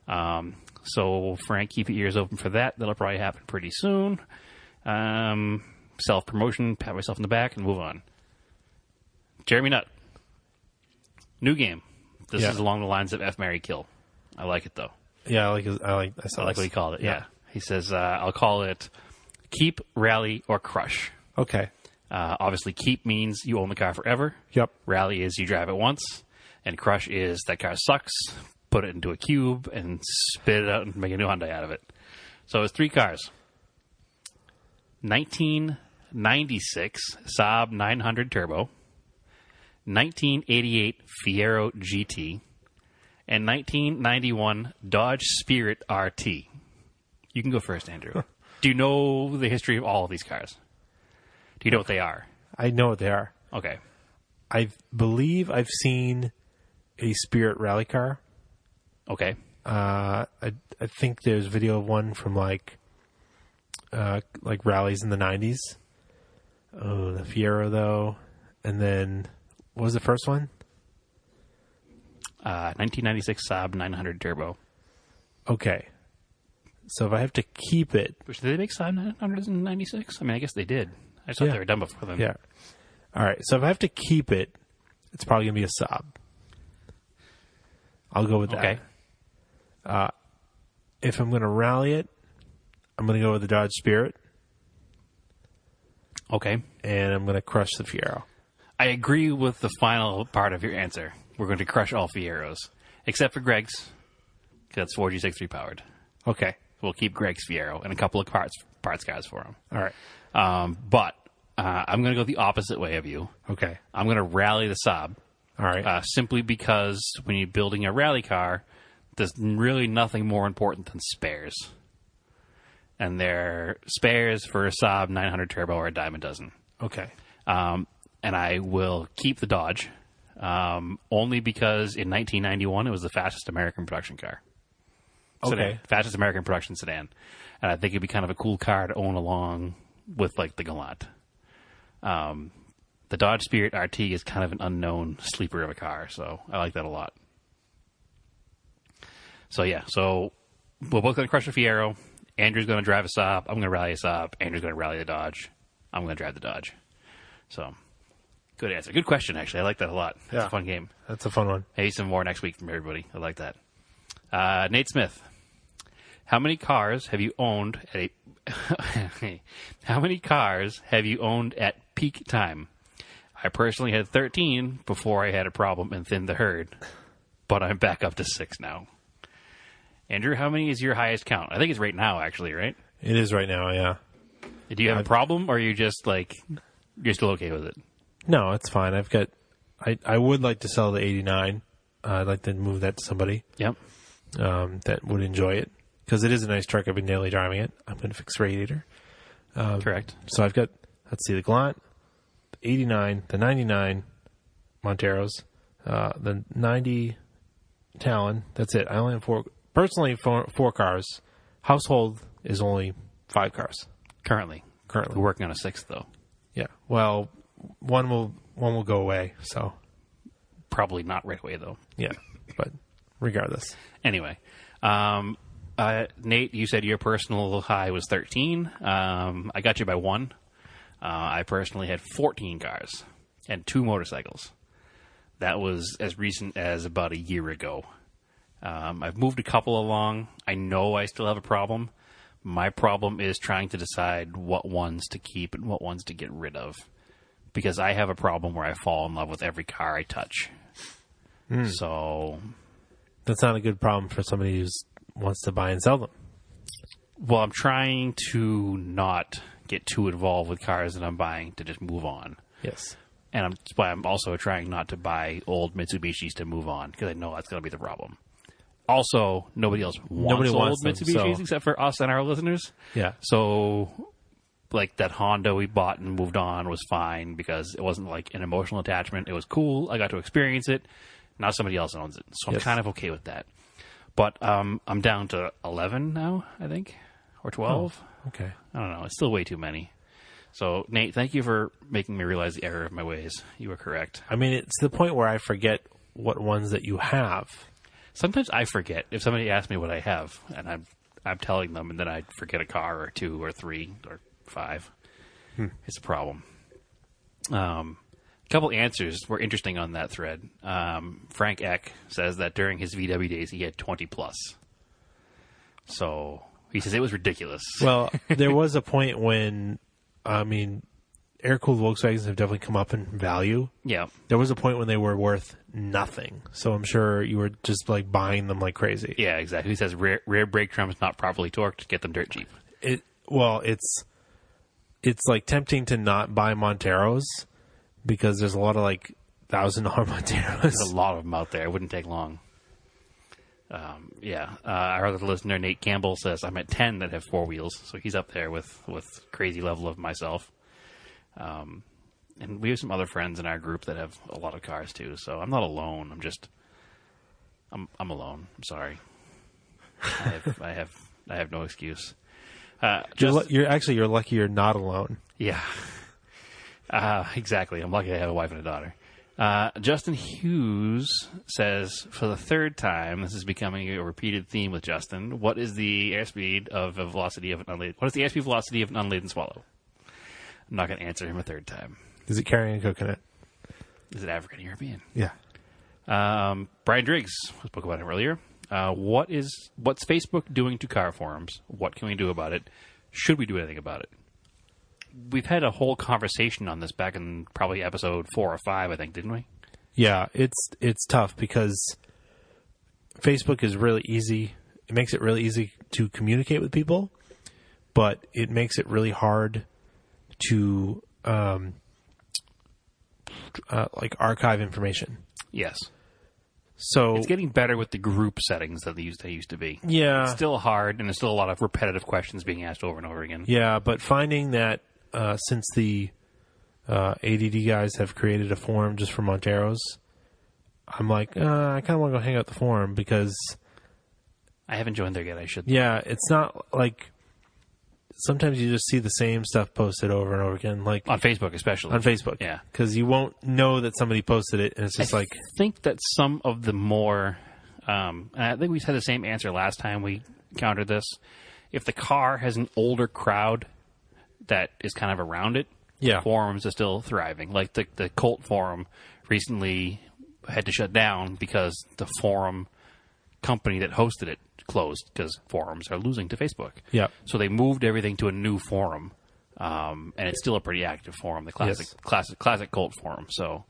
Speaker 1: Um, so, Frank, keep your ears open for that. That'll probably happen pretty soon. Um, Self promotion, pat myself in the back, and move on. Jeremy Nutt. New game. This
Speaker 2: Yeah.
Speaker 1: is along the lines of F Mary Kill. I like it though.
Speaker 2: Yeah, I like. his- I like. I saw.
Speaker 1: I like
Speaker 2: this.
Speaker 1: what he called it. Yeah. He says, uh, I'll call it Keep, Rally, or Crush.
Speaker 2: Okay.
Speaker 1: Uh, obviously, Keep means you own the car forever.
Speaker 2: Yep.
Speaker 1: Rally is you drive it once, and Crush is that car sucks. Put it into a cube and spit it out and make a new Hyundai out of it. So it's three cars. 1996 Saab 900 Turbo, 1988 Fiero GT, and 1991 Dodge Spirit RT. You can go first, Andrew. Do you know the history of all of these cars? Do you know what they are?
Speaker 2: I know what they are.
Speaker 1: Okay.
Speaker 2: I believe I've seen a Spirit rally car.
Speaker 1: Okay.
Speaker 2: Uh, I I think there's video of one from like uh, like rallies in the '90s. Oh, the Fiero though, and then what was the first one?
Speaker 1: Uh, 1996 Saab 900 Turbo.
Speaker 2: Okay, so if I have to keep it,
Speaker 1: Which did they make Saab 900s in 96? I mean, I guess they did. I just thought
Speaker 2: Yeah.
Speaker 1: they were done before then.
Speaker 2: yeah. All right, so if I have to keep it, it's probably gonna be a Saab. I'll go with that.
Speaker 1: Okay.
Speaker 2: If I'm gonna rally it, I'm gonna go with the Dodge Spirit,
Speaker 1: Okay.
Speaker 2: and I'm gonna crush the Fiero.
Speaker 1: I agree with the final part of your answer. We're going to crush all Fieros, except for Greg's, 'cause that's 4G63 powered.
Speaker 2: Okay.
Speaker 1: We'll keep Greg's Fiero and a couple of parts parts guys for him.
Speaker 2: All right.
Speaker 1: Um, but uh, I'm going to go the opposite way of you.
Speaker 2: Okay.
Speaker 1: I'm going to rally the Saab
Speaker 2: All right.
Speaker 1: uh, simply because when you're building a rally car, there's really nothing more important than spares. And they're spares for a Saab 900 Turbo or a dime a dozen.
Speaker 2: okay.
Speaker 1: Um, and I will keep the Dodge um, only because in 1991 it was the fastest American production car. Sedan,
Speaker 2: Okay.
Speaker 1: fastest American production sedan. And I think it'd be kind of a cool car to own along with like the Galant. Um, the Dodge Spirit RT is kind of an unknown sleeper of a car, so I like that a lot. So yeah, so we're both going to crush a Fiero. Andrew's going to drive a Saab. I'm going to rally a Saab. Andrew's going to rally the Dodge. I'm going to drive the Dodge. So good answer. Good question, actually. I like that a lot. It's
Speaker 2: Yeah.
Speaker 1: a fun game.
Speaker 2: That's a fun one.
Speaker 1: Maybe some more next week from everybody. I like that. Uh, Nate Smith, how many cars have you owned at a? how many cars have you owned at peak time? I personally had thirteen before I had a problem and thinned the herd, but I'm back up to six now. Andrew, how many is your highest count? I think it's right now, actually. Right?
Speaker 2: It is right now, yeah.
Speaker 1: Do you have a problem, or are you just like you're still okay with it?
Speaker 2: No, it's fine. I've got I I would like to sell the 89. Uh, I'd like to move that to somebody
Speaker 1: Yep.
Speaker 2: um, that would enjoy it cuz it is a nice truck. I've been daily driving it. I'm going to fix radiator.
Speaker 1: Correct.
Speaker 2: So I've got let's see the Galant, the 89, the 99 Monteros, uh, the 90 Talon. That's it. I only have four personally four, four cars. Household is only five cars
Speaker 1: Currently,
Speaker 2: currently.
Speaker 1: we're working on a sixth though.
Speaker 2: Yeah. Well, one will one will go away. So
Speaker 1: Probably not right away though.
Speaker 2: yeah. But regardless,
Speaker 1: anyway, um, uh, Nate, you said your personal high was 13. Um, I got you by one. Uh, I personally had 14 cars and two motorcycles. That was as recent as about a year ago. Um, I've moved a couple along. I know I still have a problem. My problem is trying to decide what ones to keep and what ones to get rid of. Because I have a problem where I fall in love with every car I touch. So
Speaker 2: that's not a good problem for somebody who's wants to buy and sell them.
Speaker 1: well, I'm trying to not get too involved with cars that I'm buying to just move on.
Speaker 2: Yes.
Speaker 1: And I'm, that's why I'm also trying not to buy old Mitsubishis to move on because I know that's going to be the problem. Also, nobody else wants
Speaker 2: Nobody
Speaker 1: old
Speaker 2: wants them,
Speaker 1: Mitsubishis
Speaker 2: so-
Speaker 1: except for us and our listeners.
Speaker 2: Yeah.
Speaker 1: So, like that Honda we bought and moved on was fine because it wasn't like an emotional attachment. It was cool. I got to experience it. Now somebody else owns it, so I'm
Speaker 2: Yes.
Speaker 1: kind of okay with that. But um, I'm down to eleven now, I think, or twelve.
Speaker 2: Okay.
Speaker 1: I don't know. It's still way too many. So Nate, thank you for making me realize the error of my ways. You were correct.
Speaker 2: I mean, it's the point where I forget what ones that you have.
Speaker 1: Sometimes I forget if somebody asks me what I have, and I'm I'm telling them, and then I forget a car or two or three or five. It's a problem. Um, a couple answers were interesting on that thread. Um, Frank Eck says that during his VW days, he had twenty plus. So he says it was ridiculous.
Speaker 2: Well, there was a point when, I mean, air cooled Volkswagens have definitely come up in value.
Speaker 1: Yeah.
Speaker 2: There was a point when they were worth nothing, so I'm sure you were just like buying them like crazy.
Speaker 1: Yeah, exactly. Who says rear, rear brake drum is not properly torqued? Get them dirt cheap.
Speaker 2: it well it's it's like tempting to not buy monteros because there's a lot of like thousand dollar monteros
Speaker 1: There's a lot of them out there. It wouldn't take long. Um, yeah, uh, our other listener Nate Campbell says I'm at ten that have four wheels, so he's up there with with crazy level of myself. Um, and we have some other friends in our group that have a lot of cars too. So I'm not alone. I'm just I'm I'm alone. I'm sorry. I have I have I have no excuse. Uh,
Speaker 2: you're,
Speaker 1: just
Speaker 2: lu- you're actually you're lucky you're not alone
Speaker 1: yeah. Uh, exactly. I'm lucky I have a wife and a daughter. Uh, Justin Hughes says, for the third time, this is becoming a repeated theme with Justin. What is the airspeed of a velocity of an unladen? What is the airspeed velocity of an unladen swallow? I'm not going to answer him a third time.
Speaker 2: is it carrying a coconut
Speaker 1: Is it African European?
Speaker 2: yeah
Speaker 1: Um, Brian Driggs we spoke about it earlier. Uh, what is what's Facebook doing to car forums? What can we do about it? Should we do anything about it? We've had a whole conversation on this back in probably episode four or five, I think, didn't we?
Speaker 2: yeah it's it's tough because facebook is really easy it makes it really easy to communicate with people but it makes it really hard to um uh, like archive information
Speaker 1: Yes,
Speaker 2: so
Speaker 1: it's getting better with the group settings that they used they used to be.
Speaker 2: yeah
Speaker 1: It's still hard, and there's still a lot of repetitive questions being asked over and over again.
Speaker 2: Yeah, but finding that uh, since the uh, ADD guys have created a forum just for Monteros, I'm like, uh, I kind of want to go hang out the forum because,
Speaker 1: I haven't joined there yet. I should.
Speaker 2: yeah, it's not like sometimes you just see the same stuff posted over and over again, like
Speaker 1: on Facebook especially
Speaker 2: on Facebook.
Speaker 1: Uh, Yeah.
Speaker 2: because you won't know that somebody posted it, and it's just
Speaker 1: I
Speaker 2: like,
Speaker 1: think that some of the more, um, and I think we had the same answer last time we countered this. If the car has an older crowd that is kind of around it,
Speaker 2: Yeah.
Speaker 1: forums are still thriving. Like the the Colt forum recently had to shut down because the forum company that hosted it closed because forums are losing to Facebook.
Speaker 2: yeah,
Speaker 1: So they moved everything to a new forum, um, and it's still a pretty active forum, the classic
Speaker 2: Yes.
Speaker 1: classic classic cult forum. So,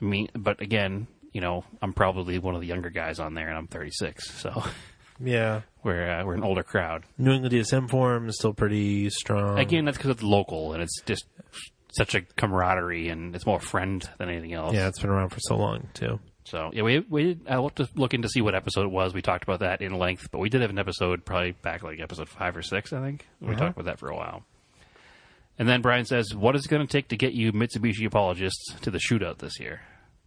Speaker 1: I mean, but again, you know, I'm probably one of the younger guys on there, and I'm 36, so
Speaker 2: yeah.
Speaker 1: we're uh, we're an older crowd.
Speaker 2: New England DSM forum is still pretty strong.
Speaker 1: Again, that's because it's local and it's just such a camaraderie, and it's more friend than anything else.
Speaker 2: yeah, it's been around for so long too.
Speaker 1: So yeah, we we I'll have to look into see what episode it was. We talked about that in length, but we did have an episode probably back like episode five or six, I think. We
Speaker 2: Uh-huh.
Speaker 1: talked about that for a while. And then Brian says, "What is it going to take to get you Mitsubishi apologists to the shootout this year,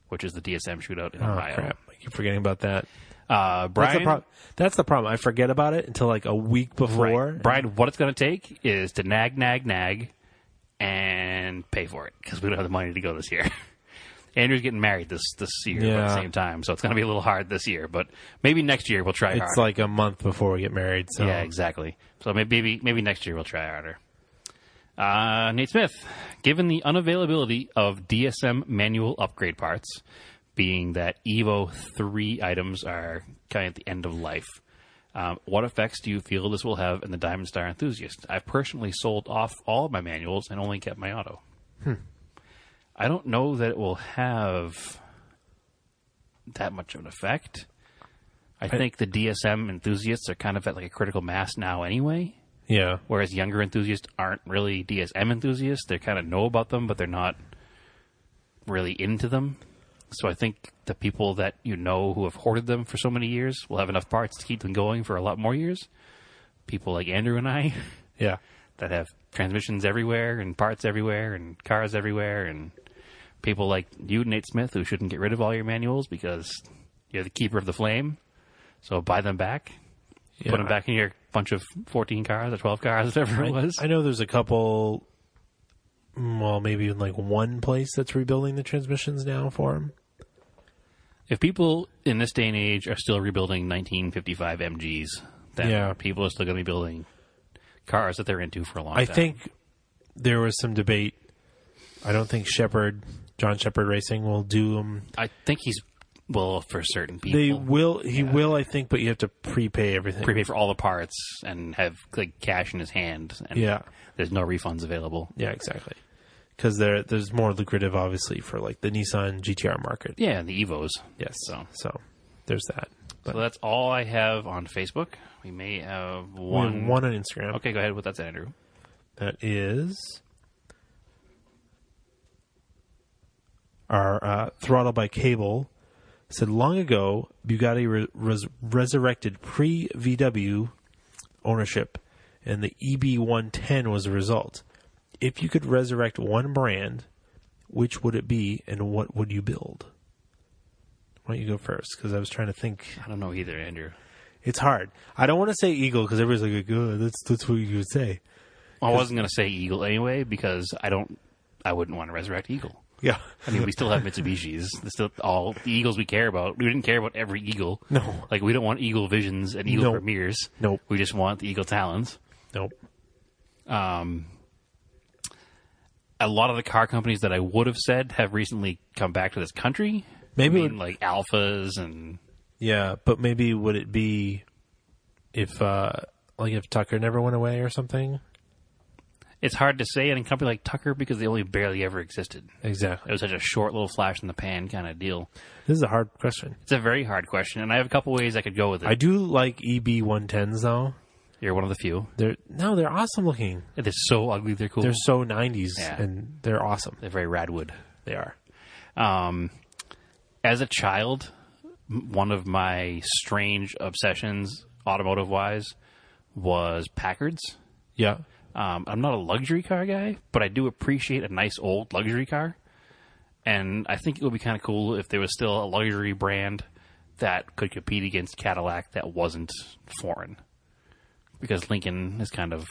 Speaker 1: which is the DSM shootout in
Speaker 2: Oh
Speaker 1: Ohio?"
Speaker 2: crap! I keep forgetting about that.
Speaker 1: Uh,
Speaker 2: That's
Speaker 1: Brian,
Speaker 2: the problem. That's the problem. I forget about it until like a week before.
Speaker 1: right. Brian, what it's going to take is to nag, nag, nag, and pay for it because we don't have the money to go this year. Andrew's getting married this this year about
Speaker 2: Yeah.
Speaker 1: the same time, so it's going to be a little hard this year. But maybe next year we'll try harder.
Speaker 2: It's like a month before we get married. So
Speaker 1: Yeah, exactly. So maybe maybe, maybe next year we'll try harder. Uh, Nate Smith, given the unavailability of DSM manual upgrade parts, being that Evo three items are kind of at the end of life, um, what effects do you feel this will have in the Diamond Star enthusiast? I've personally sold off all of my manuals and only kept my auto. I don't know that it will have that much of an effect. I think the DSM enthusiasts are kind of at like a critical mass now anyway,
Speaker 2: yeah,
Speaker 1: whereas younger enthusiasts aren't really DSM enthusiasts. They kind of know about them, but they're not really into them. So I think the people that you know who have hoarded them for so many years will have enough parts to keep them going for a lot more years. People like Andrew and I
Speaker 2: yeah.
Speaker 1: that have transmissions everywhere and parts everywhere and cars everywhere and people like you, Nate Smith, who shouldn't get rid of all your manuals because you're the keeper of the flame. So buy them back.
Speaker 2: Yeah.
Speaker 1: Put them back in your bunch of 14 cars or 12 cars, whatever
Speaker 2: I,
Speaker 1: it was.
Speaker 2: I know there's a couple. mm, Well, maybe in like one place that's rebuilding the transmissions now for them.
Speaker 1: if people in this day and age are still rebuilding 1955 MGs, then
Speaker 2: Yeah.
Speaker 1: people are still going to be building cars that they're into for a long
Speaker 2: I
Speaker 1: time.
Speaker 2: think there was some debate. I don't think Shepard, John Shepard Racing, will do them.
Speaker 1: I think he's, well, for certain people.
Speaker 2: They will. He will, I think, but you have to prepay everything.
Speaker 1: prepay for all the parts and have like cash in his hand. And
Speaker 2: Yeah.
Speaker 1: there's no refunds available.
Speaker 2: Yeah, exactly. because there there's more lucrative, obviously, for like the Nissan GTR market.
Speaker 1: Yeah, and the Evos.
Speaker 2: Yes,
Speaker 1: So.
Speaker 2: so there's that. But
Speaker 1: So that's all I have on Facebook. We may have one.
Speaker 2: one one on Instagram.
Speaker 1: Okay, go ahead with that, Andrew.
Speaker 2: That is our uh, throttle by cable. Said long ago, Bugatti re- res- resurrected pre VW ownership, and the E EB110 was a result. If you could resurrect one brand, which would it be, and what would you build? Why don't you go first? Because I was trying to think.
Speaker 1: I don't know either, Andrew.
Speaker 2: It's hard. I don't want to say eagle because everybody's like, "Good, that's that's what you would say."
Speaker 1: I wasn't going to say Eagle anyway because I don't. I wouldn't want to resurrect Eagle.
Speaker 2: Yeah.
Speaker 1: I mean, we still have Mitsubishis. There's Still, all the Eagles we care about. We didn't care about every Eagle.
Speaker 2: No.
Speaker 1: like we don't want Eagle Visions and Eagle
Speaker 2: No.
Speaker 1: Premieres.
Speaker 2: Nope.
Speaker 1: we just want the Eagle Talons.
Speaker 2: Nope.
Speaker 1: A lot of the car companies that I would have said have recently come back to this country.
Speaker 2: Maybe
Speaker 1: I mean,
Speaker 2: it-
Speaker 1: like Alphas and
Speaker 2: Yeah, but maybe would it be if uh like if Tucker never went away or something?
Speaker 1: it's hard to say in a company like Tucker because they only barely ever existed. It
Speaker 2: Exactly.
Speaker 1: was such a short little flash in the pan kind of deal.
Speaker 2: This is a hard question.
Speaker 1: It's a very hard question, and I have a couple ways I could go with it.
Speaker 2: I do like EB one tens though.
Speaker 1: You're one of the few.
Speaker 2: They're no, they're awesome looking.
Speaker 1: They're so ugly. They're cool.
Speaker 2: They're so nineties
Speaker 1: Yeah.
Speaker 2: and they're awesome.
Speaker 1: They're very radwood.
Speaker 2: They are.
Speaker 1: Um, as a child, m- one of my strange obsessions, automotive wise, was Packards.
Speaker 2: Yeah.
Speaker 1: Um, I'm not a luxury car guy, but I do appreciate a nice old luxury car. And I think it would be kind of cool if there was still a luxury brand that could compete against Cadillac that wasn't foreign. Because Lincoln has kind of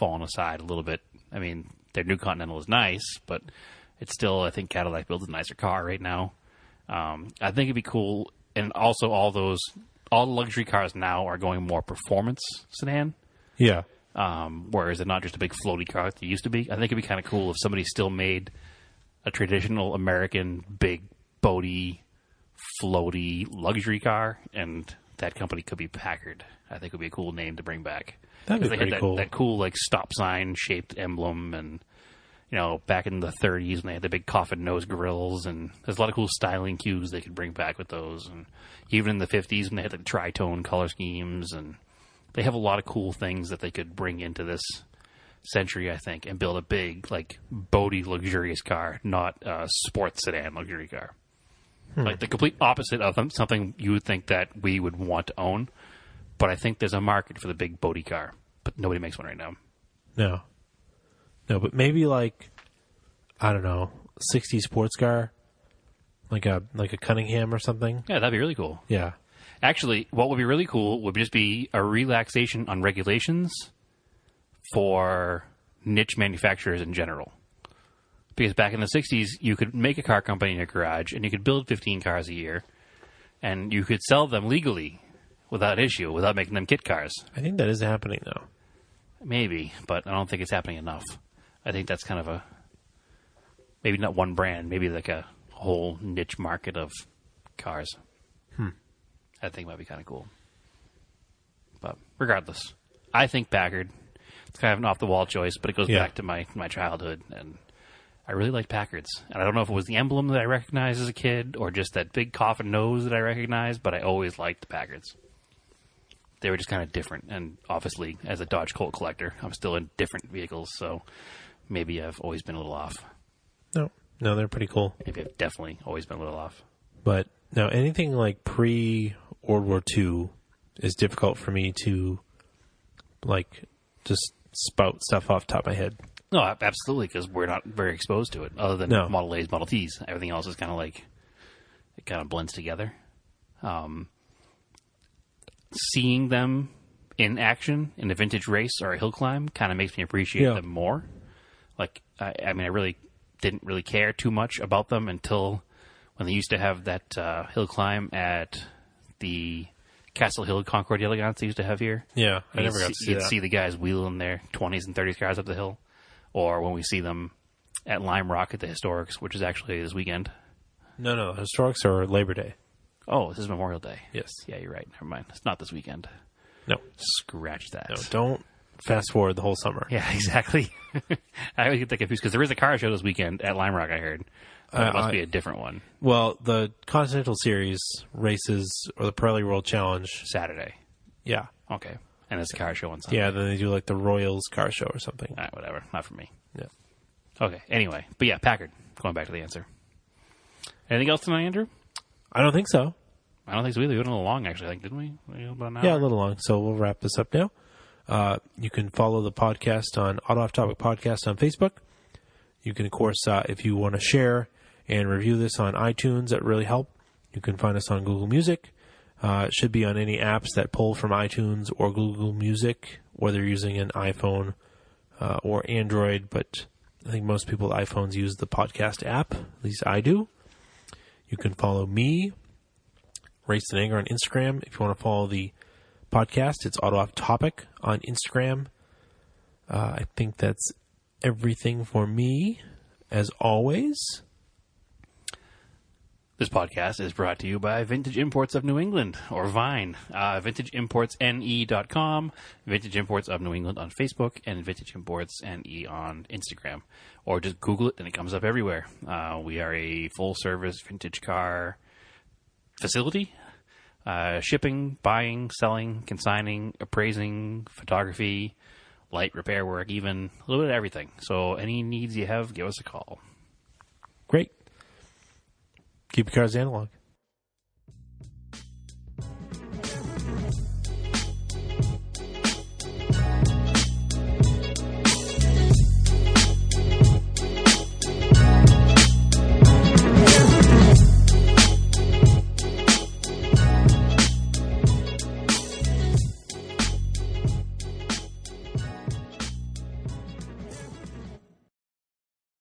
Speaker 1: fallen aside a little bit. I mean, their new Continental is nice, but it's still, I think Cadillac builds a nicer car right now. Um, I think it'd be cool. And also, all those, all the luxury cars now are going more performance sedan
Speaker 2: Yeah.
Speaker 1: um, whereas they're not just a big floaty car that they used to be. I think it'd be kind of cool if somebody still made a traditional American big boaty, floaty luxury car, and that company could be Packard. I think would be a cool name to bring back.
Speaker 2: That'd be
Speaker 1: 'Cause they
Speaker 2: pretty
Speaker 1: had that,
Speaker 2: cool.
Speaker 1: That cool like stop sign shaped emblem, and you know, back in the '30s when they had the big coffin nose grills, and there's a lot of cool styling cues they could bring back with those, and even in the '50s when they had the tritone color schemes, and they have a lot of cool things that they could bring into this century, I think, and build a big like boaty luxurious car, not a sports sedan luxury car. Like the complete opposite of them, something you would think that we would want to own. But I think there's a market for the big boaty car, but nobody makes one right now.
Speaker 2: No. No, but maybe like I don't know, sixty sports car. Like a like a Cunningham or something.
Speaker 1: Yeah, that'd be really cool.
Speaker 2: Yeah.
Speaker 1: Actually, what would be really cool would just be a relaxation on regulations for niche manufacturers in general. Because back in the 60s, you could make a car company in your garage and you could build 15 cars a year and you could sell them legally without issue, without making them kit cars.
Speaker 2: I think that is happening though.
Speaker 1: Maybe, but I don't think it's happening enough. I think that's kind of a maybe not one brand, maybe like a whole niche market of cars. Hmm. I think might be kind of cool. But regardless, I think Packard. It's kind of an off the wall choice, but it goes
Speaker 2: Yeah.
Speaker 1: back to my my childhood, and I really like Packards. And I don't know if it was the emblem that I recognized as a kid, or just that big coffin nose that I recognized, but I always liked the Packards they were just kind of different. And obviously, as a Dodge Colt collector, I'm still in different vehicles, so maybe I've always been a little off.
Speaker 2: No. No, they're pretty cool.
Speaker 1: Maybe I've definitely always been a little off.
Speaker 2: But now anything like pre World War II is difficult for me to like just spout stuff off the top of my head.
Speaker 1: No, ab- absolutely, because we're not very exposed to it, other than
Speaker 2: No.
Speaker 1: Model A's, Model T's. Everything else is kind of like it kind of blends together. Um, seeing them in action in a vintage race or a hill climb kind of makes me appreciate
Speaker 2: Yeah.
Speaker 1: them more. Like, I, I mean, I really didn't really care too much about them until when they used to have that uh, hill climb at the Castle Hill Concord Elegance they used to have here.
Speaker 2: Yeah, I
Speaker 1: You'd
Speaker 2: never got to see
Speaker 1: you'd
Speaker 2: that.
Speaker 1: see the guys wheeling their 20s and 30s cars up the hill, or when we see them at Lime Rock at the Historics, which is actually this weekend.
Speaker 2: No, no, historics are Labor Day.
Speaker 1: Oh, this is Memorial Day.
Speaker 2: Yes.
Speaker 1: Yeah, you're right. Never mind. It's not this weekend.
Speaker 2: No,
Speaker 1: Scratch that.
Speaker 2: no, don't fast forward the whole summer.
Speaker 1: Yeah, exactly. I always get that confused because there is a car show this weekend at Lime Rock. I heard. But it must
Speaker 2: Uh, I-
Speaker 1: be a different one.
Speaker 2: Well, the Continental Series races or the Pirelli World Challenge.
Speaker 1: Saturday.
Speaker 2: Yeah.
Speaker 1: Okay. And it's a car show on Sunday.
Speaker 2: Yeah, then they do like the Royals car show or something.
Speaker 1: All right, whatever. Not for me.
Speaker 2: Yeah.
Speaker 1: Okay. Anyway, but yeah, Packard. Going back to the answer. Anything else tonight, Andrew?
Speaker 2: I don't think so.
Speaker 1: I don't think so either. We went a little long, actually. I think, didn't we? We went about an
Speaker 2: Yeah,
Speaker 1: hour.
Speaker 2: a little long. So we'll wrap this up now. Uh, you can follow the podcast on Auto Off Topic Podcast on Facebook. You can, of course, uh, if you want to share and review this on iTunes, that really help. You can find us on Google Music. Uh, it should be on any apps that pull from iTunes or Google Music, whether you're using an iPhone uh, or Android. But I think most people with iPhones use the podcast app. At least I do. You can follow me, Race and Anger, on Instagram. If you want to follow the podcast. It's Auto Off Topic on Instagram. Uh, I think that's everything for me, as always.
Speaker 1: This podcast is brought to you by Vintage Imports of New England, or Vine. Uh, VintageImportsNE.com, Vintage Imports of New England on Facebook, and Vintage Imports NE on Instagram. Or just Google it and it comes up everywhere. Uh, we are a full service vintage car facility. Uh, shipping, buying, selling, consigning, appraising, photography, light repair work, even a little bit of everything. So any needs you have, give us a call.
Speaker 2: Great. Keep your cars analog.